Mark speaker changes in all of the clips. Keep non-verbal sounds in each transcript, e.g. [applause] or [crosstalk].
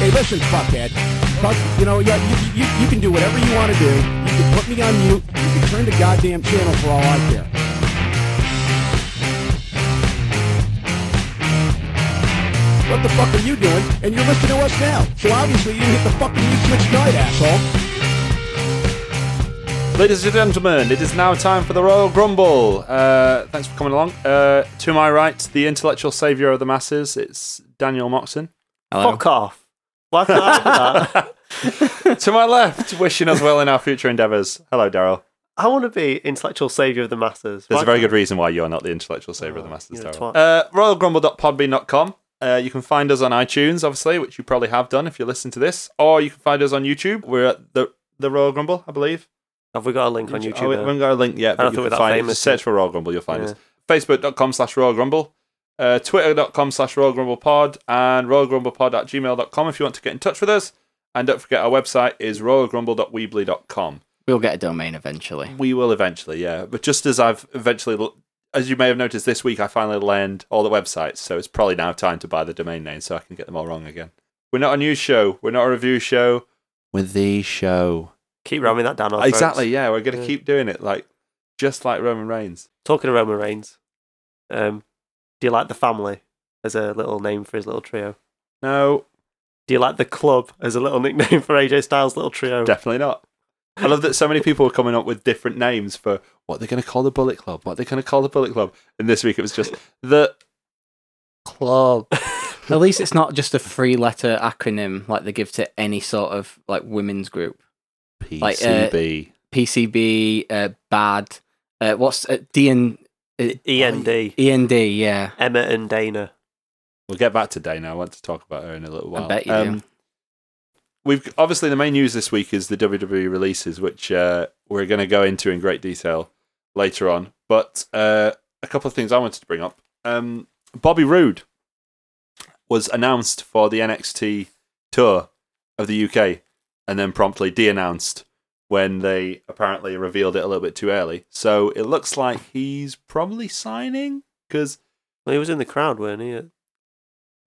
Speaker 1: Hey, listen, fuckhead. Fuck, you know, yeah, you, you, you can do whatever you want to do. You can put me on mute. You can turn the goddamn channel for all I care. What the fuck are you doing? And you're listening to us now. So obviously you didn't hit the fucking mute switch tonight, asshole.
Speaker 2: Ladies and gentlemen, it is now time for the Royal Grumble. Uh, thanks for coming along. Uh, to my right, the intellectual saviour of the masses, it's Daniel Moxon.
Speaker 3: [laughs]
Speaker 4: Hello.
Speaker 3: Fuck off.
Speaker 2: [laughs]
Speaker 3: Why can't I have that?
Speaker 2: to my left, wishing us well in our future endeavours, hello, Daryl.
Speaker 3: I want to be intellectual saviour of the masses.
Speaker 2: There's
Speaker 3: Why
Speaker 2: a very
Speaker 3: can't-
Speaker 2: good reason why you're not the intellectual saviour of the
Speaker 3: Oh,
Speaker 2: masses,
Speaker 3: you're a
Speaker 2: Daryl.
Speaker 3: twat.
Speaker 2: Uh, royalgrumble.podbean.com. Uh, you can find us on iTunes, obviously, which you probably have done if you listen to this, or you can find us on YouTube. We're at the the Royal Grumble, I believe.
Speaker 3: Have we got a link on
Speaker 2: Oh, we
Speaker 3: YouTube? now?
Speaker 2: haven't got a link yet,
Speaker 3: I
Speaker 2: but
Speaker 3: don't
Speaker 2: you
Speaker 3: think we're
Speaker 2: can
Speaker 3: that
Speaker 2: find it.
Speaker 3: famous
Speaker 2: Just Search for Royal Grumble, you'll find
Speaker 3: Yeah.
Speaker 2: us. Facebook.com slash Royal Grumble, uh, Twitter.com slash Royal Grumble Pod, and Royal Grumble Pod at gmail.com if you want to get in touch with us. And don't forget, our website is royalgrumble.weebly.com.
Speaker 4: We'll get a domain eventually.
Speaker 2: We will eventually, yeah. But just as I've eventually, l- as you may have noticed this week, I finally learned all the websites, so it's probably now time to buy the domain name so I can get them all wrong again. We're not a news show, we're not a review show, we're the show.
Speaker 3: Keep ramming that down our throats.
Speaker 2: Exactly. Yeah, we're gonna
Speaker 3: Yeah.
Speaker 2: keep doing it, like just like Roman Reigns.
Speaker 3: Talking of Roman Reigns, um, do you like the family as a little name for his little trio?
Speaker 2: No,
Speaker 3: Do you like the club as a little nickname [laughs] for AJ Styles' little trio?
Speaker 2: definitely not. I love that so many people were coming up with different names for what they're gonna call the Bullet Club, what they're gonna call the Bullet Club, and this week it was just the club.
Speaker 4: At least it's not just a three letter acronym like they give to any sort of like women's group.
Speaker 2: PCB.
Speaker 4: Like, uh, PCB, uh, BAD, uh, what's uh, DN, uh,
Speaker 3: END.
Speaker 4: END, yeah.
Speaker 3: E Emma and Dana.
Speaker 2: we'll get back to Dana. I want to talk about her in a little while. Um,
Speaker 4: I bet you do.
Speaker 2: We've obviously the main news this week is the WWE releases, which uh, we're going to go into in great detail later on. But uh, a couple of things I wanted to bring up. Um, Bobby Roode was announced for the NXT tour of the UK, and then promptly de-announced when they apparently revealed it a little bit too early. So it looks like he's probably signing because
Speaker 3: Well, he was in the crowd, weren't he? at-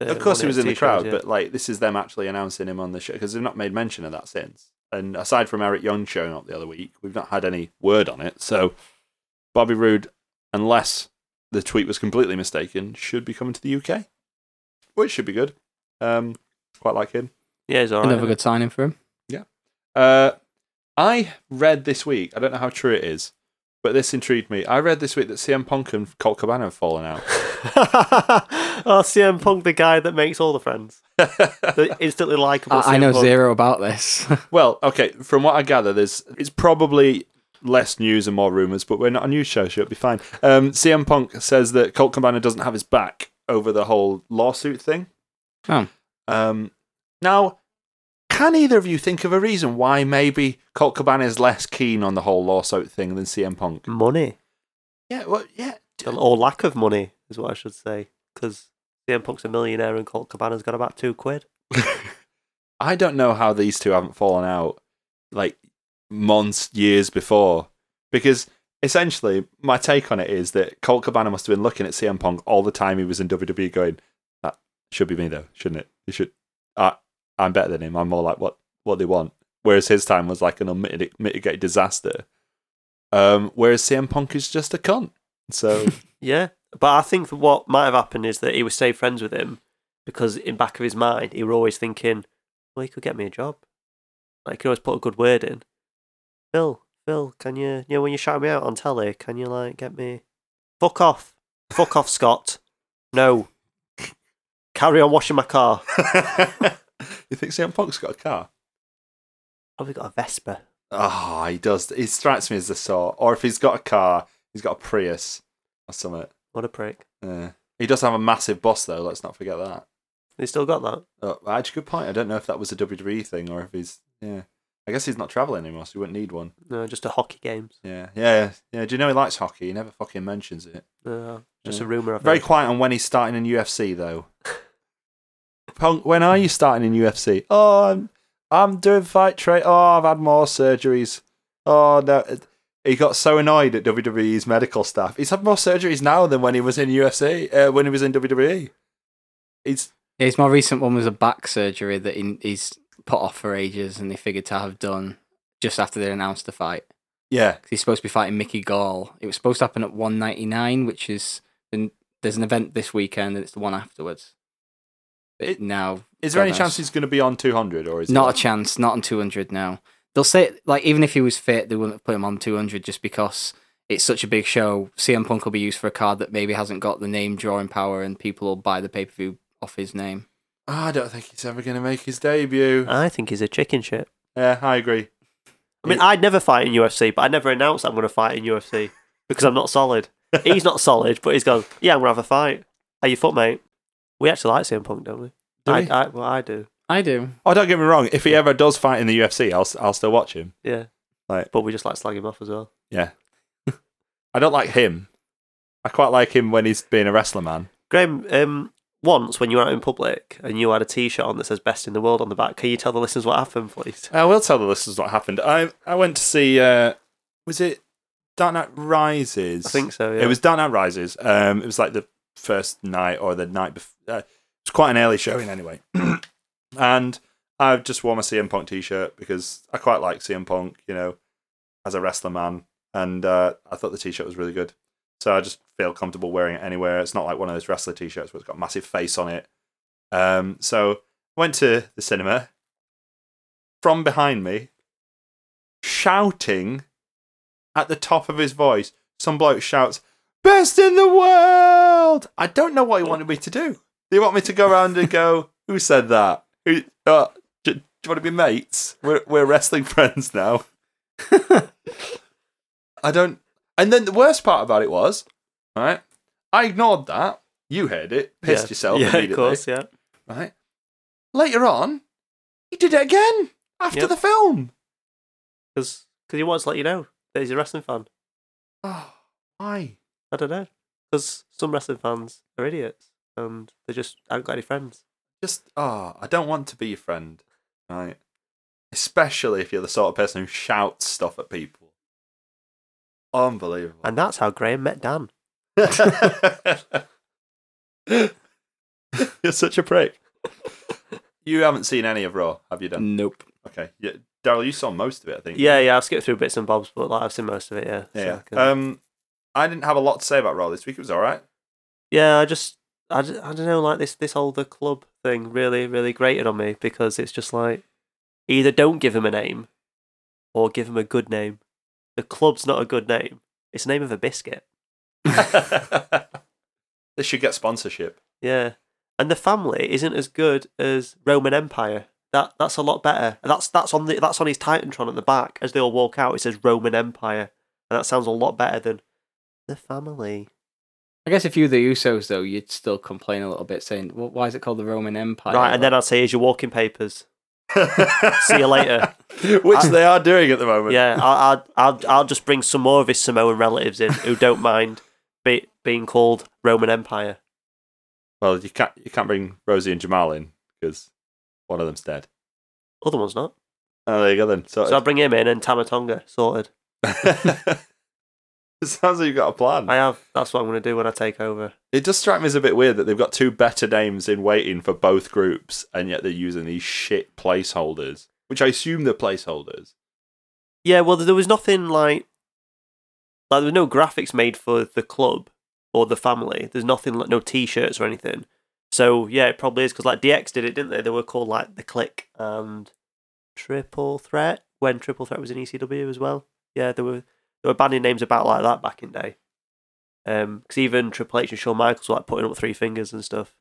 Speaker 3: at
Speaker 2: of course, he
Speaker 3: one
Speaker 2: was in the
Speaker 3: NXT shows,
Speaker 2: crowd,
Speaker 3: yeah.
Speaker 2: but like this is them actually announcing him on the show because they've not made mention of that since. And aside from Eric Young showing up the other week, we've not had any word on it. So Bobby Roode, unless the tweet was completely mistaken, should be coming to the UK, which should be good. Um, quite like him.
Speaker 3: yeah, he's all right.
Speaker 4: Another good signing for him.
Speaker 2: Uh, I read this week. I don't know how true it is, but this intrigued me. I read this week that CM Punk and Colt Cabana have fallen out.
Speaker 3: [laughs] oh, CM Punk, the guy that makes all
Speaker 2: [laughs]
Speaker 3: the friends, the instantly likable.
Speaker 4: I, I
Speaker 3: CM
Speaker 4: know
Speaker 3: Punk.
Speaker 4: zero about this. [laughs]
Speaker 2: Well, okay. From what I gather, there's it's probably less news and more rumors, but we're not a news show, so it'll be fine. Um, CM Punk says that Colt Cabana doesn't have his back over the whole lawsuit thing.
Speaker 4: Oh.
Speaker 2: Um, now, can either of you think of a reason why maybe Colt Cabana is less keen on the whole lawsuit thing than CM Punk?
Speaker 3: Money
Speaker 2: Yeah, well, yeah.
Speaker 3: or lack of money is what I should say, because CM Punk's a millionaire and Colt Cabana's got about two quid.
Speaker 2: I don't know how these two haven't fallen out like months, years before. Because essentially, my take on it is that Colt Cabana must have been looking at CM Punk all the time he was in WWE, going, "That should be me, though, shouldn't it? You should. I, I'm better than him. I'm more like what what they want." Whereas his time was like an unmitigated disaster. Um, whereas CM Punk is just a cunt. So [laughs]
Speaker 3: Yeah, but I think that what might have happened is that he was staying friends with him because in back of his mind he was always thinking, well, he could get me a job. Like he could always put a good word in. Phil, Phil, can you, you know, when you shout me out on telly, can you like get me? Fuck off, fuck off, Scott. No. Carry on washing my car.
Speaker 2: you think CM Punk's got a car?
Speaker 3: Probably got a Vespa.
Speaker 2: Oh, he does. He strikes me as the sort. Or if he's got a car, he's got a Prius or something.
Speaker 3: What a prick.
Speaker 2: Uh, he does have a massive boss, though. Let's not forget that.
Speaker 3: They still got that.
Speaker 2: Oh, actually, good point. I don't know if that was a WWE thing or if he's. Yeah. I guess he's not traveling anymore, so he wouldn't need one.
Speaker 3: No, just a hockey games.
Speaker 2: Yeah. Yeah. Yeah. Do you know he likes hockey? He never fucking mentions it.
Speaker 3: No, just
Speaker 2: Yeah.
Speaker 3: a rumor. I've
Speaker 2: Very
Speaker 3: heard.
Speaker 2: quiet on when he's starting in UFC, though. Punk, when are you starting in UFC? Oh, I'm, I'm doing fight trade. Oh, I've had more surgeries. Oh, no. He got so annoyed at WWE's medical staff. E. He's had more surgeries now than when he was in UFC, uh, when he was in WWE. He's,
Speaker 4: His more recent one was a back surgery that he, he's put off for ages, and they figured to have done just after they announced the fight.
Speaker 2: Yeah,
Speaker 4: 'Cause He's supposed to be fighting Mickey Gall. It was supposed to happen at 199, which is and there's an event this weekend, and it's the one afterwards. But
Speaker 2: It-
Speaker 4: now,
Speaker 2: is there any
Speaker 4: Gomez.
Speaker 2: chance he's going to be on 200 or is it-
Speaker 4: Not a chance. Not on 200 now. They'll say, like, even if he was fit, they wouldn't have put him on 200 just because it's such a big show. CM Punk will be used for a card that maybe hasn't got the name drawing power and people will buy the pay per view off his name.
Speaker 2: "Ah, I don't think he's ever going to make his debut.
Speaker 4: Uh.
Speaker 3: I think he's a chicken shit.
Speaker 2: yeah, I agree.
Speaker 3: I mean, I'd never fight in UFC, but I never announced I'm going to fight in
Speaker 2: [laughs]
Speaker 3: UFC because I'm not solid. he's not solid, but he's gone, yeah, I'm going to have a fight. Are you foot, mate? We actually like CM Punk, don't we?
Speaker 2: Do
Speaker 3: I,
Speaker 2: we?
Speaker 3: I, well, I do,
Speaker 4: I do.
Speaker 2: Oh, don't get me wrong. If he ever does fight in the UFC, I'll s- I'll still watch him.
Speaker 3: yeah.
Speaker 2: Right.
Speaker 3: But we just like slag him off as well.
Speaker 2: [laughs] I don't like him. I quite like him when he's being a wrestler man.
Speaker 3: Graham, um, once when you were out in public and you had a T-shirt on that says "Best in the World" on the back, can you tell the listeners what happened, please?
Speaker 2: I will tell the listeners what happened. I I went to see uh, was it Dark Knight Rises?
Speaker 3: I think so. Yeah.
Speaker 2: It was Dark Knight Rises. Um, it was like the first night or the night before. Uh, it was quite an early showing anyway. [clears throat] and I just wore my CM Punk t-shirt because I quite like CM Punk, you know, as a wrestler man. And uh, I thought the t-shirt was really good. So I just feel comfortable wearing it anywhere. It's not like one of those wrestler t-shirts where it's got a massive face on it. Um, so I went to the cinema. From behind me, shouting at the top of his voice, some bloke shouts, Best in the world! I don't know what he wanted me to do. They want me to go around and go, [laughs] Who said that? Who, uh, do, do you want to be mates? We're, we're wrestling [laughs] friends now. I don't. And then the worst part about it was, right? I ignored that. You heard it, pissed
Speaker 3: Yeah.
Speaker 2: yourself
Speaker 3: Yeah,
Speaker 2: immediately
Speaker 3: of course. Yeah.
Speaker 2: right? Later on, he did it again after
Speaker 3: Yep.
Speaker 2: the film.
Speaker 3: because he wants to let you know that he's a wrestling fan.
Speaker 2: Oh, why?
Speaker 3: I don't know because some wrestling fans are idiots and they just haven't got any friends.
Speaker 2: Just oh, I don't want to be your friend, right? Especially if you're the sort of person who shouts stuff at people. Unbelievable. [laughs]
Speaker 3: And that's how Graham met Dan.
Speaker 2: you're such a prick. You haven't seen any of Raw, have you done?
Speaker 4: Nope.
Speaker 2: Okay, yeah, Daryl, you saw most of it, I think.
Speaker 3: Yeah, yeah. I've skipped through bits and bobs, but like I've seen most of it. Yeah. so
Speaker 2: yeah.
Speaker 3: I can-
Speaker 2: Um, I didn't have a lot to say about Raw this week. It was all right.
Speaker 3: yeah. I just. I, d- I don't know, like this this whole the club thing really really grated on me because it's just like either don't give him a name or give him a good name. The club's not a good name; it's the name of a biscuit.
Speaker 2: they should get sponsorship.
Speaker 3: Yeah. And the family isn't as good as Roman Empire. That that's a lot better. And that's that's on the that's on his Titantron at the back. As they all walk out, it says Roman Empire. And that sounds a lot better than the family.
Speaker 4: I guess if you were the Usos, though, you'd still complain a little bit saying, well, why is it called the Roman Empire?
Speaker 3: right, and then I'd say here's your walking papers.
Speaker 2: See
Speaker 3: See you later.
Speaker 2: [laughs] Which they are doing at the moment.
Speaker 3: yeah, I'll, I'll I'll I'll just bring some more of his Samoan relatives in who don't mind be, being called Roman Empire.
Speaker 2: Well, you can't you can't bring Rosie and Jamal in because one of them's dead.
Speaker 3: Other one's not.
Speaker 2: Oh, there you go then. So,
Speaker 3: So I'll bring him in and Tamatonga sorted.
Speaker 2: it [laughs] sounds like you've got a plan.
Speaker 3: I have. That's what I'm going to do when I take over.
Speaker 2: it does strike me as a bit weird that they've got two better names in waiting for both groups, and yet they're using these shit placeholders, which I assume they're placeholders.
Speaker 3: Yeah, well, there was nothing like like there were no graphics made for the club or the family. There's nothing like no T-shirts or anything. So yeah, it probably is because like DX did it, didn't they? They were called like the Click and Triple Threat when Triple Threat was in ECW as well. Yeah, there were there were banning names about like that back in day. Um, because even Triple H and Shawn Michaels were like putting up three fingers and stuff,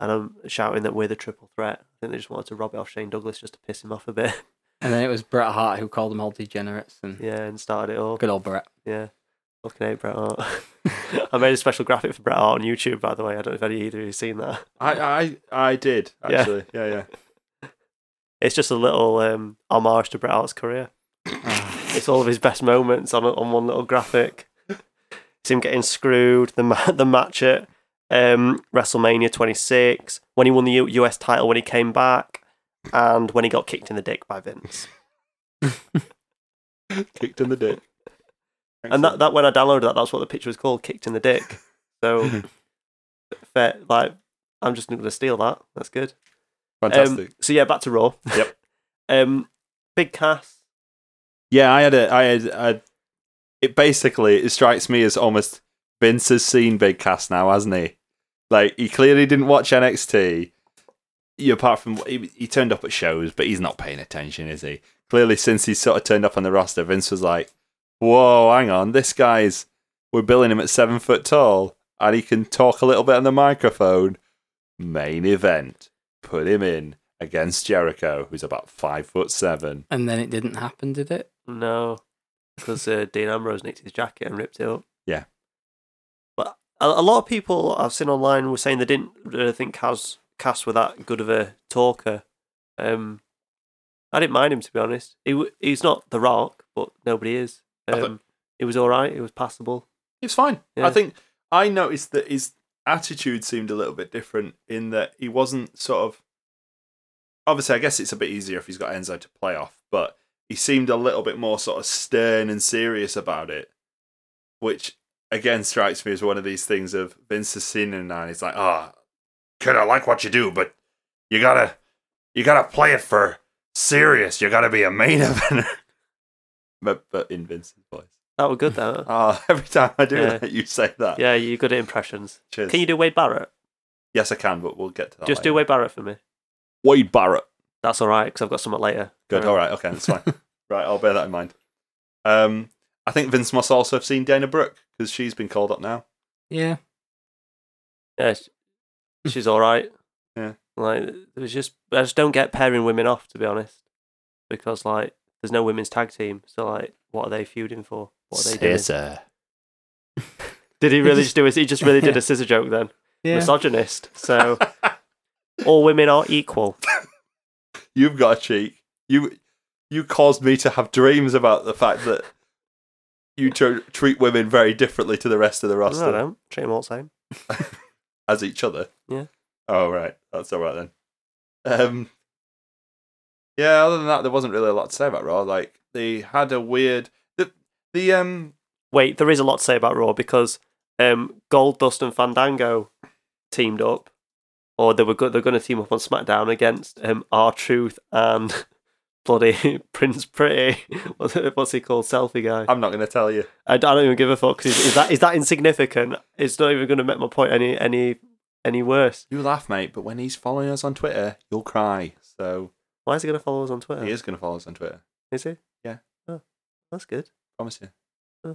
Speaker 3: and I'm shouting that we're the Triple Threat. I think they just wanted to rob it off Shane Douglas just to piss him off a bit. [laughs]
Speaker 4: And then it was Bret Hart who called them all degenerates. And
Speaker 3: yeah, and started it all.
Speaker 4: good old Bret. [sighs]
Speaker 3: Yeah. Fucking hate Bret Hart. [laughs] I made a special graphic for Bret Hart on YouTube, by the way. I don't know if any either of you have seen that.
Speaker 2: I I, I did
Speaker 3: Yeah.
Speaker 2: actually. Yeah, yeah.
Speaker 3: It's just a little um, homage to Bret Hart's career. it's all of his best moments on a- on one little graphic. It's him getting screwed, the ma- the match at um, WrestleMania 26, when he won the U- US title when he came back, and when he got kicked in the dick by Vince.
Speaker 2: Kicked in the dick.
Speaker 3: And that, that when I downloaded that, that's what the picture was called, kicked in the dick. So, fair, like I'm just not going to steal that. That's good.
Speaker 2: Fantastic.
Speaker 3: Um, so yeah, back to Raw.
Speaker 2: Yep.
Speaker 3: [laughs] um, big cast.
Speaker 2: yeah, I had a, I had, I had- it basically it strikes me as almost Vince has seen Big Cass now, hasn't he? Like he clearly didn't watch NXT. You apart from he, he turned up at shows, but he's not paying attention, is he? Clearly, since he's sort of turned up on the roster, Vince was like, "Whoa, hang on, this guy's we're billing him at seven foot tall, and he can talk a little bit on the microphone." Main event, put him in against Jericho, who's about five foot seven.
Speaker 4: And then it didn't happen, did it?
Speaker 3: No, because uh, Dean Ambrose nicked his jacket and ripped it up.
Speaker 2: Yeah.
Speaker 3: But a, a lot of people I've seen online were saying they didn't really think Cass, Cass were that good of a talker. Um, I didn't mind him to be honest. He w- he's not the Rock, but nobody is.
Speaker 2: I thought-
Speaker 3: Um, it was all right. It was passable.
Speaker 2: It was fine.
Speaker 3: Yeah.
Speaker 2: I think I noticed that his attitude seemed a little bit different in that he wasn't sort of. Obviously, I guess it's a bit easier if he's got Enzo to play off, but he seemed a little bit more sort of stern and serious about it, which again strikes me as one of these things of Vince has seen him now and he's like, ah, kid, I like what you do, but you gotta, you gotta play it for serious. You gotta be a main [laughs] eventer. but, but in Vince's voice.
Speaker 3: That were good though.
Speaker 2: Ah, every time [laughs] I do
Speaker 3: Yeah.
Speaker 2: that, you say that.
Speaker 3: yeah, you good at impressions.
Speaker 2: Cheers.
Speaker 3: Can you do Wade Barrett?
Speaker 2: Yes, I can, but we'll get to that.
Speaker 3: Just do
Speaker 2: later.
Speaker 3: Wade Barrett for me.
Speaker 2: Wade Barrett.
Speaker 3: That's all right because I've got something later.
Speaker 2: Good. All right. Okay, that's [laughs] fine. right, I'll bear that in mind. Um, I think Vince must also have seen Dana Brooke because she's been called up now.
Speaker 4: Yeah.
Speaker 3: Yeah, sh- she's all right.
Speaker 2: Yeah.
Speaker 3: Like it was just I just don't get pairing women off to be honest, because like there's no women's tag team, so like what are they feuding for? What are they doing? [laughs] Did he really just do it? He just really did a scissor joke then, misogynist. So all women are equal.
Speaker 2: You've got a cheek. You you caused me to have dreams about the fact that you tr- treat women very differently to the rest of the
Speaker 3: I
Speaker 2: roster
Speaker 3: don't know. Treat them all the same.
Speaker 2: as each other.
Speaker 3: Yeah.
Speaker 2: Oh right, that's all right then. Um. Yeah. Other than that, there wasn't really a lot to say about Raw. Like they had a weird the the um
Speaker 3: Wait, there is a lot to say about Raw because um, Gold Dust and Fandango teamed up, or they were go- they're going to team up on SmackDown against um, R Truth and [laughs] bloody [laughs] Prince Pretty. [laughs] What's, what's he called? Selfie guy.
Speaker 2: I'm not going to tell you.
Speaker 3: I, I don't even give a fuck. 'cause Is, is that is that insignificant? It's not even going to make my point any any any worse.
Speaker 2: You laugh, mate, but when he's following us on Twitter, you'll cry. So
Speaker 3: Why is he going to follow us on Twitter?
Speaker 2: he is going to follow us on Twitter.
Speaker 3: Is he?
Speaker 2: Yeah.
Speaker 3: Oh, that's good.
Speaker 2: Promise you.
Speaker 3: Huh.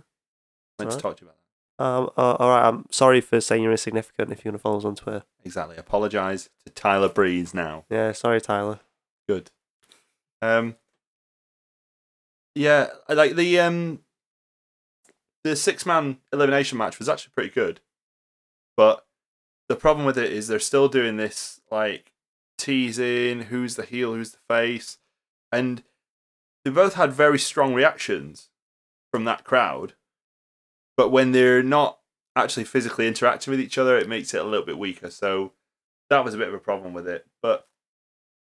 Speaker 2: Meant to
Speaker 3: Alright.
Speaker 2: talk to you about
Speaker 3: Um, uh, all right. I'm sorry for saying you're insignificant if you're going to follow us on Twitter.
Speaker 2: that. Exactly. Apologise to Tyler Breeze now.
Speaker 3: Yeah. Sorry, Tyler.
Speaker 2: Good. Um. Yeah, I like the um. The six man elimination match was actually pretty good, but the problem with it is they're still doing this like teasing who's the heel, who's the face, and they both had very strong reactions from that crowd. But when they're not actually physically interacting with each other, it makes it a little bit weaker. So that was a bit of a problem with it. But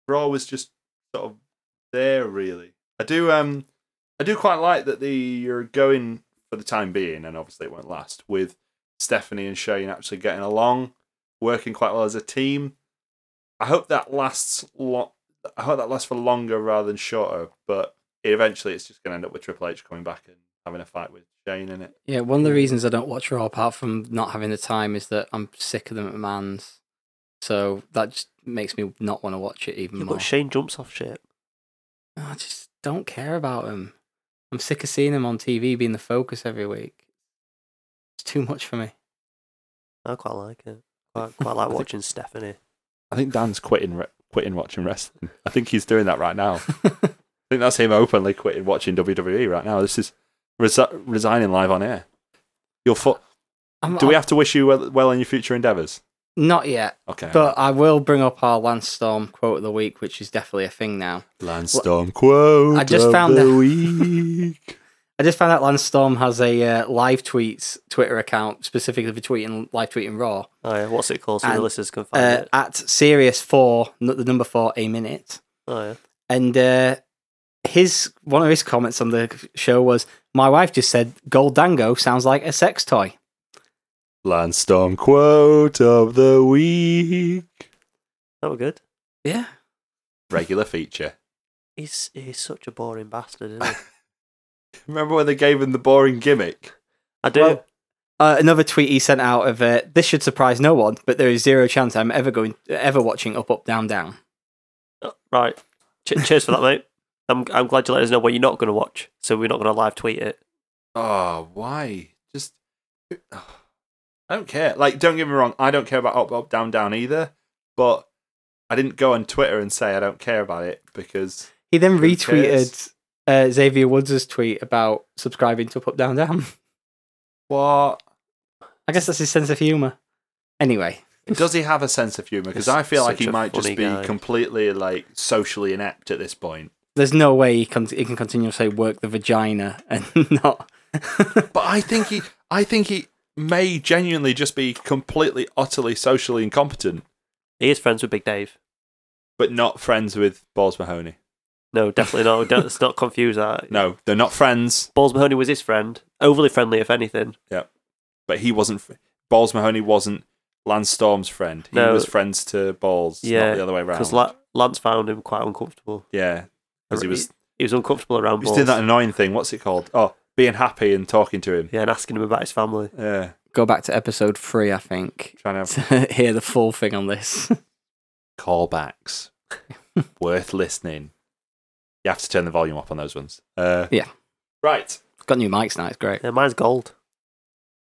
Speaker 2: Raw was just sort of there really. I do um I do quite like that the you're going for the time being, and obviously it won't last, with Stephanie and Shane actually getting along, working quite well as a team. I hope that lasts lot I hope that lasts for longer rather than shorter, but eventually it's just gonna end up with Triple H coming back and having a fight with Shane in it.
Speaker 4: Yeah, one of the reasons I don't watch Raw apart from not having the time is that I'm sick of them at man's. So that just makes me not want to watch it
Speaker 2: Mm.
Speaker 4: even
Speaker 3: Yeah,
Speaker 4: more.
Speaker 3: but Shane jumps off shit.
Speaker 4: I just don't care about him. I'm sick of seeing him on TV being the focus every week. It's too much for me. [laughs]
Speaker 3: I quite like it.
Speaker 2: [laughs]
Speaker 3: Quite, quite like watching Stephanie.
Speaker 2: I think Dan's quitting re- quitting watching wrestling. I think he's doing that right now. I think that's him openly quitting watching WWE right now. This is resi- resigning live on air. Your fo-
Speaker 4: I'm,
Speaker 2: Do we have to wish you well, well in your future endeavours?
Speaker 4: Not yet,
Speaker 2: Okay.
Speaker 4: but I will bring up our Lance Storm quote of the week, which is definitely a thing now.
Speaker 2: Landstorm quote.
Speaker 4: I just
Speaker 2: of
Speaker 4: found
Speaker 2: the
Speaker 4: that-
Speaker 2: week.
Speaker 4: I just found out Lance Storm has a uh, live tweets Twitter account specifically for tweeting live tweeting Raw.
Speaker 3: Oh yeah, what's it called? So the
Speaker 4: And,
Speaker 3: listeners
Speaker 2: Oh,
Speaker 3: can find
Speaker 4: uh,
Speaker 3: it.
Speaker 4: at serious four, n- the number four, a minute,
Speaker 3: Oh yeah.
Speaker 4: and uh, his one of his comments on the show was, "My wife just said Goldango sounds like a sex toy."
Speaker 2: Landstorm quote of the week.
Speaker 3: That were good.
Speaker 4: Yeah.
Speaker 2: Regular feature.
Speaker 3: He's he's such a boring bastard, isn't he?
Speaker 2: [laughs] Remember when they gave him the boring gimmick?
Speaker 3: I do.
Speaker 4: Well, Uh, another tweet he sent out of uh, this should surprise no one, but there is zero chance I'm ever going ever watching Up Up Down Down.
Speaker 3: Oh, right. Che- cheers for that, mate. I'm I'm glad you let us know what you're not going to watch, so we're not going to live tweet it.
Speaker 2: Oh, why? Just I don't care. Like, don't get me wrong, I don't care about up, up, down, down either. But I didn't go on Twitter and say I don't care about it because
Speaker 4: He then
Speaker 2: Who
Speaker 4: retweeted
Speaker 2: cares?
Speaker 4: uh, Xavier Woods' tweet about subscribing to Up Up Down Down.
Speaker 2: what
Speaker 4: I guess that's his sense of humor. Anyway,
Speaker 2: does he have a sense of humor? Because
Speaker 3: He's
Speaker 2: I feel like
Speaker 3: such
Speaker 2: he
Speaker 3: a
Speaker 2: might just
Speaker 3: funny
Speaker 2: be
Speaker 3: guy.
Speaker 2: completely like socially inept at this point.
Speaker 4: there's no way he can he can continuously work the vagina and [laughs] not.
Speaker 2: But I think
Speaker 3: [laughs]
Speaker 2: he, I think he may genuinely just be completely, utterly socially incompetent,
Speaker 3: He is friends with Big Dave.
Speaker 2: but not friends with Balls Mahoney.
Speaker 3: No, definitely not. Don't, let's not
Speaker 2: [laughs]
Speaker 3: confuse that.
Speaker 2: No, they're not friends.
Speaker 3: Balls Mahoney was his friend. Overly friendly, if anything.
Speaker 2: but he wasn't. fr- Balls Mahoney wasn't Lance Storm's friend. He
Speaker 3: No.
Speaker 2: was friends to Balls,
Speaker 3: Yeah,
Speaker 2: not the other way around.
Speaker 3: Because La- Lance found him quite uncomfortable.
Speaker 2: yeah, because he was
Speaker 3: he was uncomfortable around
Speaker 2: he
Speaker 3: balls.
Speaker 2: was doing that annoying thing. What's it called? Oh, being happy and talking to him.
Speaker 3: yeah, and asking him about his family.
Speaker 2: Yeah,
Speaker 4: Go back to episode three, I think,
Speaker 2: trying to have
Speaker 4: to [laughs] hear the full thing on this. [laughs]
Speaker 2: [laughs] callbacks worth listening. You have to turn the volume up on those ones. Uh,
Speaker 4: Yeah.
Speaker 2: Right.
Speaker 4: Got new mics now. It's great.
Speaker 3: Yeah, mine's gold.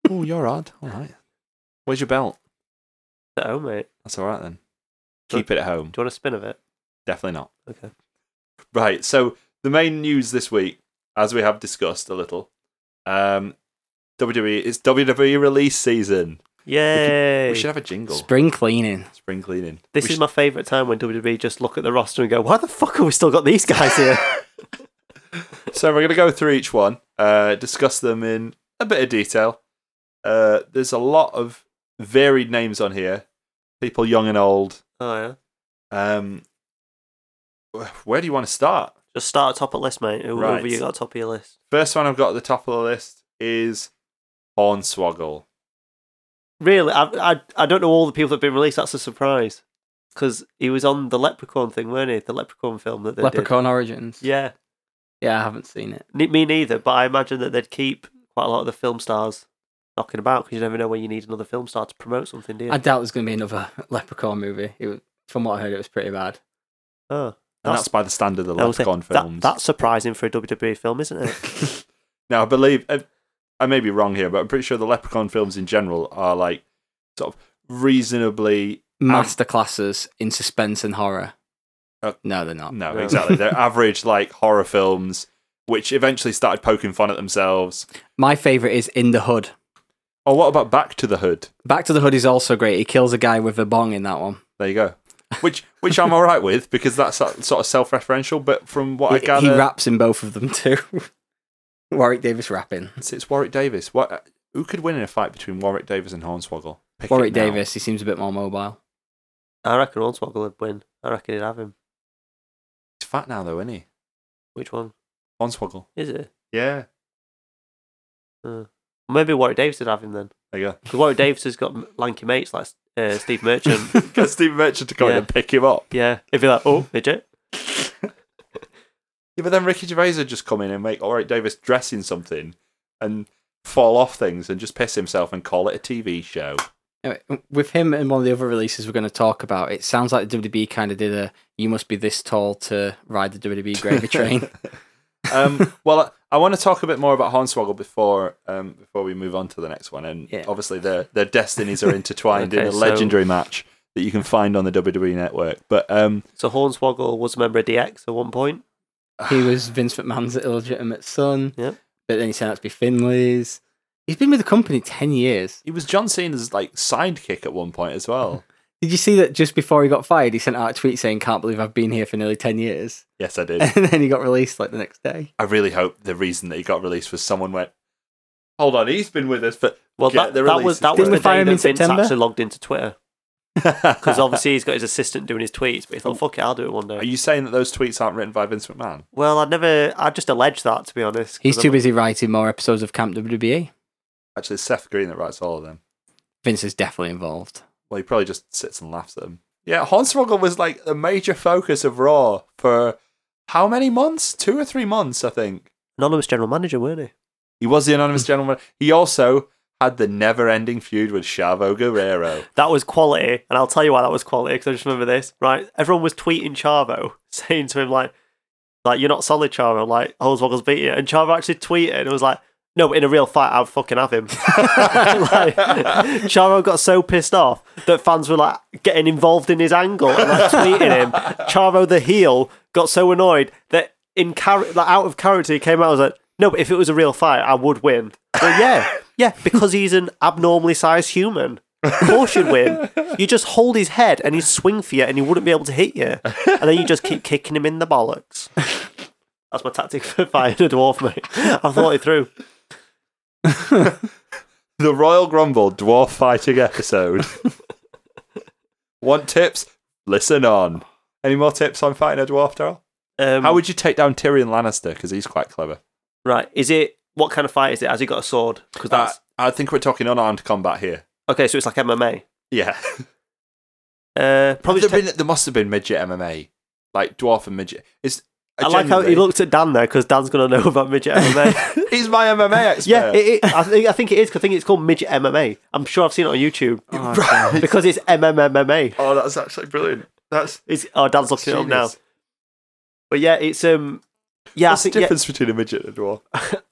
Speaker 2: Oh, you're odd. All right. Where's your belt?
Speaker 3: Oh, mate.
Speaker 2: That's all right then. Keep it at home.
Speaker 3: Do you want a spin of it?
Speaker 2: Definitely not.
Speaker 3: Okay.
Speaker 2: Right. So the main news this week, as we have discussed a little, um, WWE it's WWE release season.
Speaker 3: Yay!
Speaker 2: We should have a jingle.
Speaker 4: Spring cleaning.
Speaker 2: Spring cleaning.
Speaker 3: this
Speaker 2: We
Speaker 3: is
Speaker 2: should-
Speaker 3: my favourite time when WWE just look at the roster and go, why the fuck have we still got these guys here?
Speaker 2: so we're gonna go through each one, uh, discuss them in a bit of detail. Uh, there's a lot of varied names on here, people young and old.
Speaker 3: [laughs] oh, yeah.
Speaker 2: Um, wh- where do you want to start?
Speaker 3: Just start at top of list, mate. Whoever
Speaker 2: Right.
Speaker 3: you got at top of your list.
Speaker 2: First one I've got at the top of the list is Hornswoggle.
Speaker 3: Really, I, I, I don't know all the people that have been released. That's a surprise. Because he was on the Leprechaun thing, weren't he? The Leprechaun film that they
Speaker 4: Leprechaun Origins.
Speaker 3: did. Yeah.
Speaker 4: yeah, I haven't seen it.
Speaker 3: Ne- Me neither, but I imagine that they'd keep quite a lot of the film stars knocking about because you never know when you need another film star to promote something, do you?
Speaker 4: I doubt there's going to be another [laughs] Leprechaun movie. It was, from what I heard, it was
Speaker 2: [laughs]
Speaker 4: pretty bad.
Speaker 2: And
Speaker 3: oh, That's-
Speaker 2: that's, by the standard of the
Speaker 3: I was saying,
Speaker 2: Leprechaun
Speaker 3: that-
Speaker 2: films.
Speaker 3: that's surprising for a WWE film, isn't it?
Speaker 2: Um, now, I believe, I, I may be wrong here, but I'm pretty sure the Leprechaun films in general are like sort of reasonably.
Speaker 4: Masterclasses in suspense and horror.
Speaker 2: Oh.
Speaker 4: no, they're not.
Speaker 2: No,
Speaker 3: No.
Speaker 2: exactly.
Speaker 4: [laughs]
Speaker 2: They're average, like horror films, which eventually started poking fun at themselves.
Speaker 4: My favorite is In the Hood.
Speaker 2: Or what about Back to the Hood?
Speaker 4: Back to the Hood is also great. He kills a guy with a bong in that one.
Speaker 2: There you go. Which, which I'm all right with because that's sort sort of self-referential. But from what I
Speaker 4: He, he
Speaker 2: gather,
Speaker 4: raps in both of them too. [laughs] Warwick Davis rapping.
Speaker 2: it's, it's Warwick Davis. What? Who could win in a fight between Warwick Davis and Hornswoggle? Pick it
Speaker 4: Warwick
Speaker 2: now.
Speaker 4: Davis, he seems a bit more mobile.
Speaker 3: I reckon Hornswoggle would win. I reckon he'd have him.
Speaker 2: He's fat now, though, isn't he?
Speaker 3: Which one
Speaker 2: Hornswoggle.
Speaker 3: is it?
Speaker 2: Yeah.
Speaker 3: Maybe Warwick Davis would have him then.
Speaker 2: There you go. [laughs]
Speaker 3: Because Warwick Davis has got m- lanky mates like uh, Steve Merchant.
Speaker 4: [laughs]
Speaker 2: Get Steve Merchant to come in
Speaker 3: Yeah.
Speaker 2: and pick him up.
Speaker 3: yeah, he'd be like, oh, midget.
Speaker 2: Yeah, but then Ricky Gervais would just come in and make All Right Davis dress in something and fall off things and just piss himself and call it a TV show.
Speaker 4: Anyway, with him and one of the other releases we're going to talk about, it sounds like the WDB kind of did a "you must be this tall to ride the WDB
Speaker 2: [laughs]
Speaker 4: gravy train." [laughs]
Speaker 2: um, [laughs] well, I, I want to talk a bit more about Hornswoggle before um, before we move on to the next one. And
Speaker 4: Yeah.
Speaker 2: obviously, their their destinies are [laughs] intertwined in
Speaker 3: Okay,
Speaker 2: a
Speaker 3: so-
Speaker 2: legendary match that you can find on the WWE network. But um,
Speaker 3: So Hornswoggle was a member of DX at one point.
Speaker 4: he was Vince McMahon's illegitimate son.
Speaker 3: Yep.
Speaker 4: But then he turned out to be Finley's. He's been with the company ten years.
Speaker 2: he was John Cena's like sidekick at one point as well.
Speaker 4: Did you see that just before he got fired, he sent out a tweet saying, "Can't believe I've been here for nearly ten years,"
Speaker 2: [laughs]
Speaker 4: [laughs]
Speaker 2: yes, I did.
Speaker 4: and then he got released like the next day.
Speaker 2: I really hope the reason that he got released was someone went, "Hold on, he's been with us [laughs] for."
Speaker 3: Well,
Speaker 2: Get
Speaker 3: that,
Speaker 2: the
Speaker 3: that
Speaker 2: releases
Speaker 3: was that was
Speaker 4: done.
Speaker 3: the
Speaker 4: Didn't we fire
Speaker 3: day
Speaker 4: him
Speaker 3: that
Speaker 4: in
Speaker 3: Vince
Speaker 4: September?
Speaker 3: actually logged into
Speaker 4: [laughs]
Speaker 3: Twitter because obviously he's got his assistant doing his tweets, but he thought, "Fuck it, I'll do it one
Speaker 2: Are
Speaker 3: day."
Speaker 2: you saying that those tweets aren't written by Vince McMahon?
Speaker 3: Well, I'd never. I just alleged that to be honest. 'cause
Speaker 4: He's
Speaker 3: I'm-
Speaker 4: too busy writing more episodes of Camp E. WWE.
Speaker 2: Actually, it's Seth Green that writes all of them.
Speaker 4: Vince is definitely involved.
Speaker 2: Well, he probably just sits and laughs at them. Yeah, Hornswoggle was like a major focus of Raw for how many months? Two or three months, I think.
Speaker 3: Anonymous general manager, weren't he?
Speaker 2: He was the anonymous gentleman. He also had the never-ending feud with Chavo Guerrero.
Speaker 3: That was quality, and I'll tell you why that was quality because I just remember this. Right, everyone was tweeting Chavo, [laughs] saying to him like, "Like you're not solid, Chavo. Like Hornswoggle's beat you." And Chavo actually tweeted and was like, "No, but in a real fight, I'd fucking have him." like, Chavo got so pissed off that fans were like getting involved in his angle and like tweeting
Speaker 2: [laughs]
Speaker 3: him. Chavo the heel got so annoyed that in char- like, out of character, he came out and was like, "No, but if it was a real fight, I would win." Well, yeah,
Speaker 2: [laughs]
Speaker 3: yeah, because he's an abnormally sized human. Of course you'd win. You just hold his head and he'd swing for you and he wouldn't be able to hit you. And then you just keep kicking him in the bollocks. That's my tactic for fighting a dwarf, mate. I thought it through.
Speaker 2: [laughs] the Royal Grumble dwarf fighting episode. [laughs] Want tips? Listen on. Any more tips on fighting a dwarf, Daryl?
Speaker 3: Um,
Speaker 2: How would you take down Tyrion Lannister? Because he's quite clever.
Speaker 3: right? Is it what kind of fight is it? Has he got a sword? Because
Speaker 2: Uh,
Speaker 3: that's
Speaker 2: I think we're talking unarmed combat here.
Speaker 3: okay. So it's like MMA.
Speaker 2: [laughs] Yeah.
Speaker 3: Uh,
Speaker 2: there,
Speaker 3: probably. just take-
Speaker 2: been- there must have been midget MMA, like dwarf and midget. It's,
Speaker 3: I like how he
Speaker 2: genuinely-
Speaker 3: looked at Dan there because Dan's gonna know about midget MMA.
Speaker 2: [laughs] He's my MMA expert.
Speaker 3: yeah, it, it, I, think, I think it is. 'cause I think it's called midget MMA. I'm sure I've seen it on YouTube [laughs]
Speaker 2: Right.
Speaker 3: because it's MMMMA.
Speaker 2: Oh, that's actually brilliant. That's
Speaker 3: It's oh Dan's looking it up now.
Speaker 2: Genius.
Speaker 3: But yeah, it's um, yeah,
Speaker 2: What's the
Speaker 3: I think yeah,
Speaker 2: difference between a midget and a dwarf?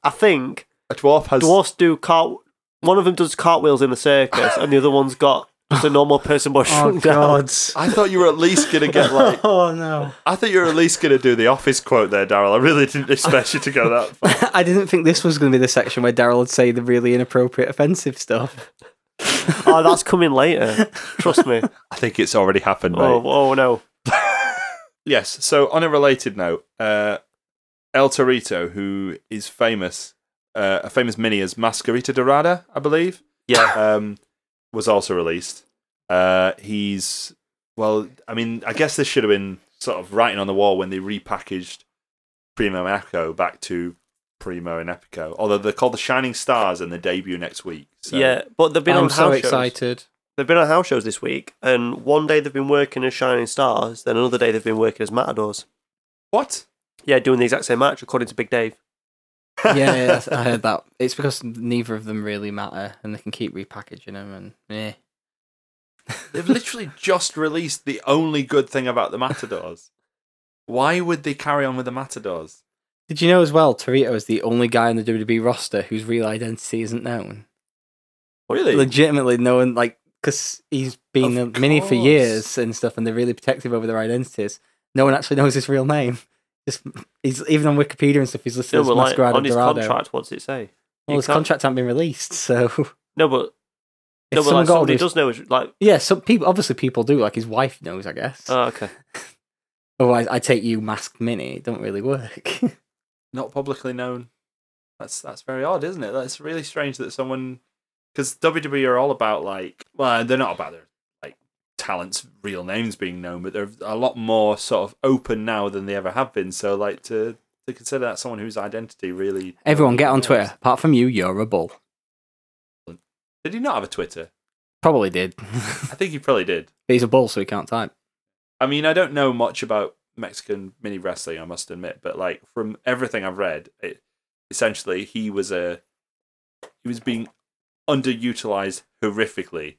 Speaker 3: I think
Speaker 2: A dwarf has
Speaker 3: dwarfs do cart. One of them does cartwheels in the circus, and the other one's got just a
Speaker 2: [laughs]
Speaker 3: normal person but
Speaker 4: Oh
Speaker 3: shrunk down.
Speaker 4: [laughs] god.
Speaker 2: I thought you were at least gonna [laughs] get like.
Speaker 4: oh no.
Speaker 2: I thought you were at least gonna do the office quote there, Daryl. I really didn't expect you to go that far.
Speaker 4: [laughs] I didn't think this was going to be the section where Daryl would say the really inappropriate, offensive stuff.
Speaker 3: Oh, that's coming later.
Speaker 2: [laughs]
Speaker 3: Trust me.
Speaker 2: I think it's already happened, mate.
Speaker 3: Oh, oh no.
Speaker 2: Yes. So on a related note, uh, El Torito, who is famous, uh, a famous mini as Masquerita Dorada, I believe.
Speaker 3: Yeah.
Speaker 2: um, was also released. Uh, he's well, I mean, I guess this should have been sort of writing on the wall when they repackaged Primo and Echo back to Primo and Epico. Although they're called the Shining Stars and they debut next week. So.
Speaker 3: Yeah, but they've been on
Speaker 4: I'm
Speaker 3: house
Speaker 4: so
Speaker 3: shows. [laughs]
Speaker 4: excited.
Speaker 3: They've been on house shows this week, and one day they've been working as Shining Stars, then another day they've been working as Matadors.
Speaker 2: What?
Speaker 3: Yeah, doing the exact same match according to Big Dave.
Speaker 4: yeah, yeah,
Speaker 3: [laughs]
Speaker 4: that's- I heard that. It's because neither of them really matter, and they can keep repackaging them. And yeah,
Speaker 2: They've literally just released the only good thing about the Matadors. Why would they carry on with the Matadors?
Speaker 4: did you know as well? Torito is the only guy on the WWE roster whose real identity isn't known.
Speaker 2: Really?
Speaker 4: Legitimately, no one like because he's been
Speaker 2: Of
Speaker 4: a mini for
Speaker 2: course.
Speaker 4: years and stuff, and they're really protective over their identities. No one actually [laughs] knows his real name. Just he's even on Wikipedia and stuff. He's listed
Speaker 3: No,
Speaker 4: as
Speaker 3: but like,
Speaker 4: Masquerade
Speaker 3: on his
Speaker 4: Dorado.
Speaker 3: contract, what's it say? You
Speaker 4: well, his
Speaker 3: can't-
Speaker 4: contract hasn't been released, so [laughs] if
Speaker 3: No, but, no, but
Speaker 4: someone
Speaker 3: like,
Speaker 4: got all
Speaker 3: somebody
Speaker 4: these-
Speaker 3: does know. his- Like,
Speaker 4: yeah, some people obviously people do. Like his wife knows, I guess.
Speaker 3: oh, okay.
Speaker 4: Otherwise, I take you masked mini. It don't really work. [laughs]
Speaker 3: Oh,
Speaker 2: not publicly known. That's that's very odd, isn't it? That's really strange that someone because WWE E are all about like well, they're not about their like talents, real names being known, but they're a lot more sort of open now than they ever have been. So like to to consider that someone whose identity really
Speaker 4: Everyone, get on Twitter. Apart from you, you're a bull.
Speaker 2: Did he not have a Twitter?
Speaker 4: Probably did. [laughs]
Speaker 2: I think he probably did.
Speaker 4: He's a bull, so he can't type.
Speaker 2: I mean, I don't know much about Mexican mini wrestling, I must admit, but like from everything I've read, it, essentially he was a he was being underutilized horrifically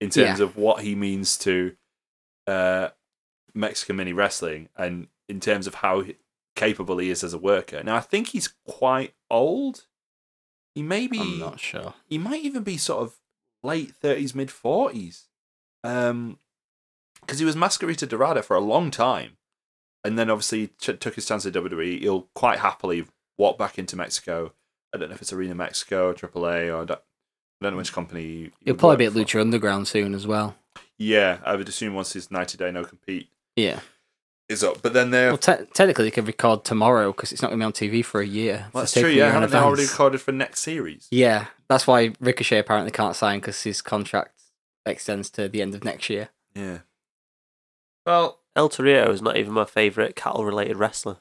Speaker 2: in terms of what he means to uh, Mexican mini wrestling and in terms of how he- capable he is as a worker. Now, I think he's quite old. He may be
Speaker 4: I'm not sure.
Speaker 2: he might even be sort of late thirties, mid forties, um, because he was Masquerita Dorada for a long time, and then obviously t- took his chance at WWE. He'll quite happily walk back into Mexico. I don't know if it's Arena Mexico, or AAA, or I don't, I don't know which company. he
Speaker 4: He'll probably be at
Speaker 2: worked for.
Speaker 4: Lucha Underground soon as well.
Speaker 2: Yeah, I would assume once his ninety day no compete
Speaker 4: Yeah.
Speaker 2: is up, but then they're
Speaker 4: Well, te- technically, they could record tomorrow because it's not going to be on TV for a year.
Speaker 2: well, that's
Speaker 4: It's taken
Speaker 2: true.
Speaker 4: a year
Speaker 2: Yeah,
Speaker 4: in
Speaker 2: haven't they already
Speaker 4: advance.
Speaker 2: recorded for next series?
Speaker 4: Yeah, that's why Ricochet apparently can't sign because his contract extends to the end of next year.
Speaker 2: Yeah. Well,
Speaker 3: El Torito is not even my favourite cattle related wrestler.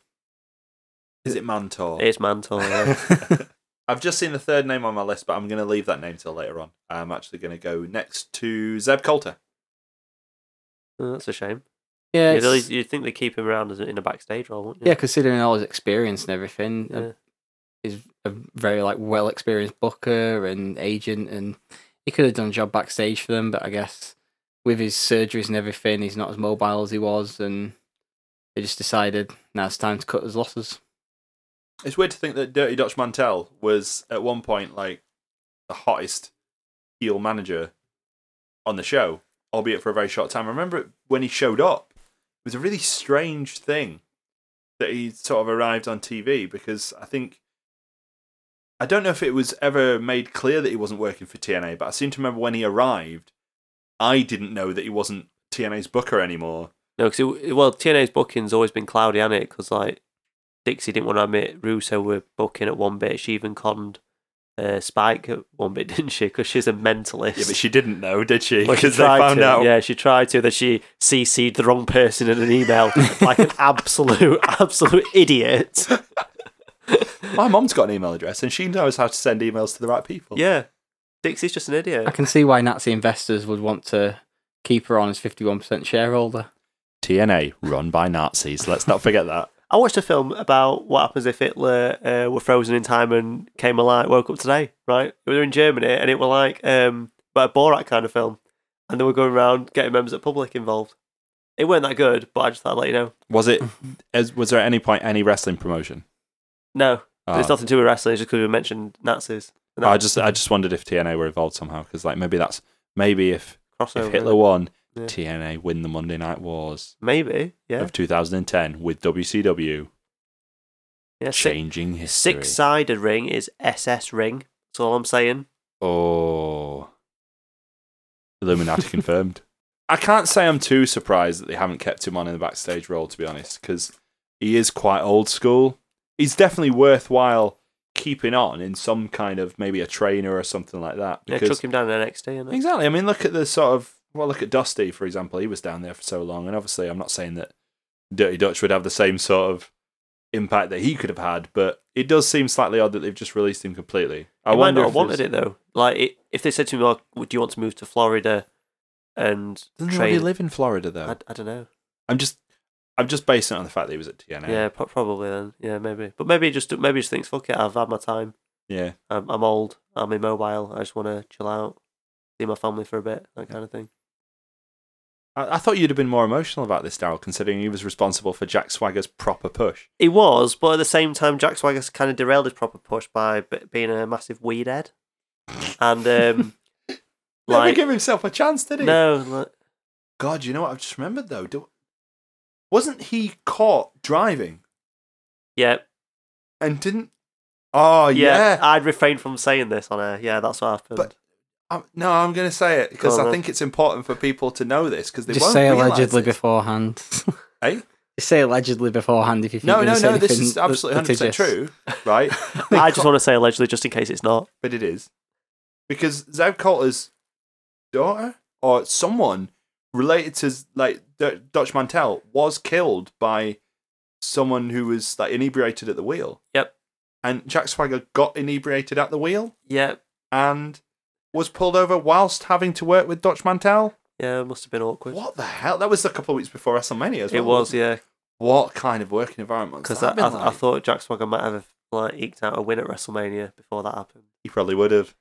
Speaker 2: is it Mantor?
Speaker 4: Oh.
Speaker 3: It's Mantle.
Speaker 4: [laughs]
Speaker 3: yeah.
Speaker 2: [laughs] I've just seen the third name on my list, but I'm going to leave that name till later on. I'm actually going to go next to Zeb Coulter.
Speaker 3: Oh, that's a shame.
Speaker 4: Yeah,
Speaker 3: You'd,
Speaker 4: it's-
Speaker 3: always- you'd think they keep him around as a, in a backstage role, wouldn't
Speaker 4: yeah.
Speaker 3: you?
Speaker 4: Considering all his experience and everything, uh,
Speaker 3: Yeah.
Speaker 4: he's a very like well experienced booker and agent, and he could have done a job backstage for them. But I guess with his surgeries and everything, he's not as mobile as he was, and they just decided now it's time to cut his losses.
Speaker 2: It's weird to think that Dirty Dutch Mantel was at one point like the hottest heel manager on the show, albeit for a very short time. I remember it when he showed up, it was a really strange thing that he sort of arrived on TV because I think I don't know if it was ever made clear that he wasn't working for TNA, but I seem to remember when he arrived, I didn't know that he wasn't TNA's booker anymore.
Speaker 3: No, because well, TNA's booking's always been cloudy, hasn't it? Because like Dixie didn't want to admit Russo were booking at one bit. She even conned uh, Spike at one bit, [laughs] didn't she? Because she's a mentalist.
Speaker 2: Yeah, but she didn't know, did she?
Speaker 3: Well, she
Speaker 2: Because they
Speaker 3: tried
Speaker 2: found
Speaker 3: to.
Speaker 2: out
Speaker 3: Yeah, she tried to. That she CC'd the wrong person in
Speaker 2: [laughs]
Speaker 3: an email, like an absolute, [laughs] absolute idiot.
Speaker 2: My mom's got an email address and she knows how to send emails to the right people.
Speaker 3: Yeah, Dixie's just an idiot.
Speaker 4: I can see why Nazi investors would want to keep her on as fifty-one percent shareholder.
Speaker 2: TNA, run by Nazis. Let's not forget that.
Speaker 3: I watched a film about what happens if Hitler uh, were frozen in time and came alive, woke up today, right? We were in Germany and it were like um, but a Borat kind of film. And they were going around getting members of the public involved. It weren't that good, but I just thought I'd let you know.
Speaker 2: Was it? As, was there at any point any wrestling promotion?
Speaker 3: No,
Speaker 2: Ah.
Speaker 3: it's nothing to do with wrestling, it's just because we mentioned Nazis. And that
Speaker 2: I just, I just wondered if TNA were involved somehow because, like, maybe that's maybe if,
Speaker 3: crossover.
Speaker 2: if Hitler won,
Speaker 3: Yeah.
Speaker 2: TNA win the Monday Night Wars
Speaker 3: Maybe, yeah.
Speaker 2: of 2010 with WCW
Speaker 3: yeah six,
Speaker 2: changing history.
Speaker 3: six sided ring is SS ring. That's all I'm saying.
Speaker 2: Oh.
Speaker 3: [laughs]
Speaker 2: Illuminati confirmed. I can't say I'm too surprised that they haven't kept him on in the backstage role, to be honest, because he is quite old school. He's definitely worthwhile keeping on in some kind of maybe a trainer or something like that.
Speaker 3: Yeah,
Speaker 2: Because
Speaker 3: chuck him down in NXT. innit?
Speaker 2: Exactly. I mean, look at the sort of well, look at Dusty for example. He was down there for so long, and obviously, I'm not saying that Dirty Dutch would have the same sort of impact that he could have had, but it does seem slightly odd that they've just released him completely. I
Speaker 3: I might
Speaker 2: wonder
Speaker 3: not
Speaker 2: if
Speaker 3: have wanted
Speaker 2: there's-
Speaker 3: it though. Like, it, if they said to me, "Like, "Would you want to move to Florida?" and
Speaker 2: Doesn't he
Speaker 3: train,
Speaker 2: already live in Florida though?
Speaker 3: I, I don't know.
Speaker 2: I'm just I'm just basing it on the fact that he was at TNA.
Speaker 3: Yeah, pro- probably then. Yeah, maybe. But maybe he just maybe he just thinks, "Fuck it, I've had my time.
Speaker 2: Yeah.
Speaker 3: I'm, I'm old. I'm immobile. I just want to chill out, see my family for a bit, that kind of thing."
Speaker 2: I, I thought you'd have been more emotional about this, Daryl, considering he was responsible for Jack Swagger's proper push.
Speaker 3: He was, but at the same time, Jack Swagger's kind of derailed his proper push by b- being a massive weed head, and um,
Speaker 2: [laughs] Never
Speaker 3: like
Speaker 2: give himself a chance, did he?
Speaker 3: no, like,
Speaker 2: God, you know what I've just remembered though? Do, wasn't he caught driving
Speaker 3: yeah,
Speaker 2: and didn't? Oh
Speaker 3: yeah,
Speaker 2: yeah.
Speaker 3: I'd refrain from saying this on air. Yeah, that's what happened.
Speaker 2: But- I'm, no, I'm going to say it because
Speaker 3: Go on,
Speaker 2: I
Speaker 3: then.
Speaker 2: think it's important for people to know this because they
Speaker 4: just
Speaker 2: won't
Speaker 4: say
Speaker 2: realise
Speaker 4: allegedly
Speaker 2: it.
Speaker 4: beforehand. [laughs]
Speaker 2: Eh?
Speaker 4: Just say allegedly beforehand if you think
Speaker 2: No, no, no. This is absolutely 100 percent true, right? They
Speaker 3: I
Speaker 2: caught-
Speaker 3: just want to say allegedly, just in case it's not.
Speaker 2: but it is because Zev Coulter's daughter or someone related to like D- Dutch Mantel was killed by someone who was like inebriated at the wheel.
Speaker 3: Yep.
Speaker 2: And Jack Swagger got inebriated at the wheel
Speaker 3: Yeah,
Speaker 2: and was pulled over whilst having to work with Dutch Mantel.
Speaker 3: yeah, it must have been awkward.
Speaker 2: What the hell? That was a couple of weeks before WrestleMania. As well,
Speaker 3: It was,
Speaker 2: wasn't
Speaker 3: yeah,
Speaker 2: What kind of working environment?
Speaker 3: because I, I, I thought Jack Swagger might have like eked out a win at WrestleMania before that happened.
Speaker 2: he probably would have.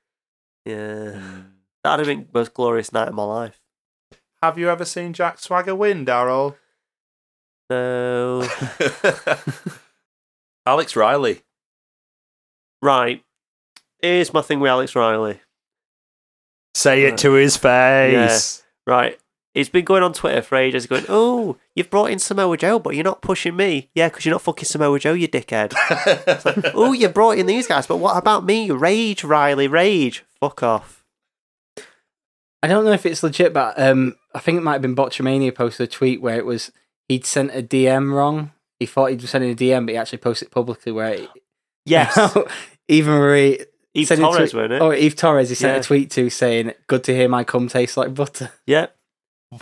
Speaker 3: Yeah,
Speaker 2: Hmm.
Speaker 3: that'd have been the most glorious night of my life.
Speaker 2: Have you ever seen Jack Swagger win, Daryl?
Speaker 3: No,
Speaker 2: [laughs] Alex Riley.
Speaker 3: [laughs] right. Here's my thing with Alex Riley.
Speaker 2: Say
Speaker 3: it
Speaker 2: to his
Speaker 3: face. Right, he's been going on Twitter for ages, going, "Oh, you've brought in Samoa Joe, but you're not pushing me. Yeah, because you're not fucking Samoa Joe, you dickhead.
Speaker 2: [laughs]
Speaker 3: oh, you brought in these guys, but what about me? Rage, Riley, rage. Fuck off.
Speaker 4: I don't know if it's legit, but um, I think it might have been Botchamania posted a tweet where it was he'd sent a DM wrong. He thought he'd sent a DM, but he actually posted publicly where [laughs] it,
Speaker 3: Yes,
Speaker 4: Eve Marie
Speaker 3: Eve
Speaker 4: sent a
Speaker 3: Torres,
Speaker 4: tweet-
Speaker 3: weren't it?
Speaker 4: Oh, Eve Torres. He sent
Speaker 3: Yeah.
Speaker 4: a tweet to saying, "Good to hear my cum tastes like butter."
Speaker 3: yeah.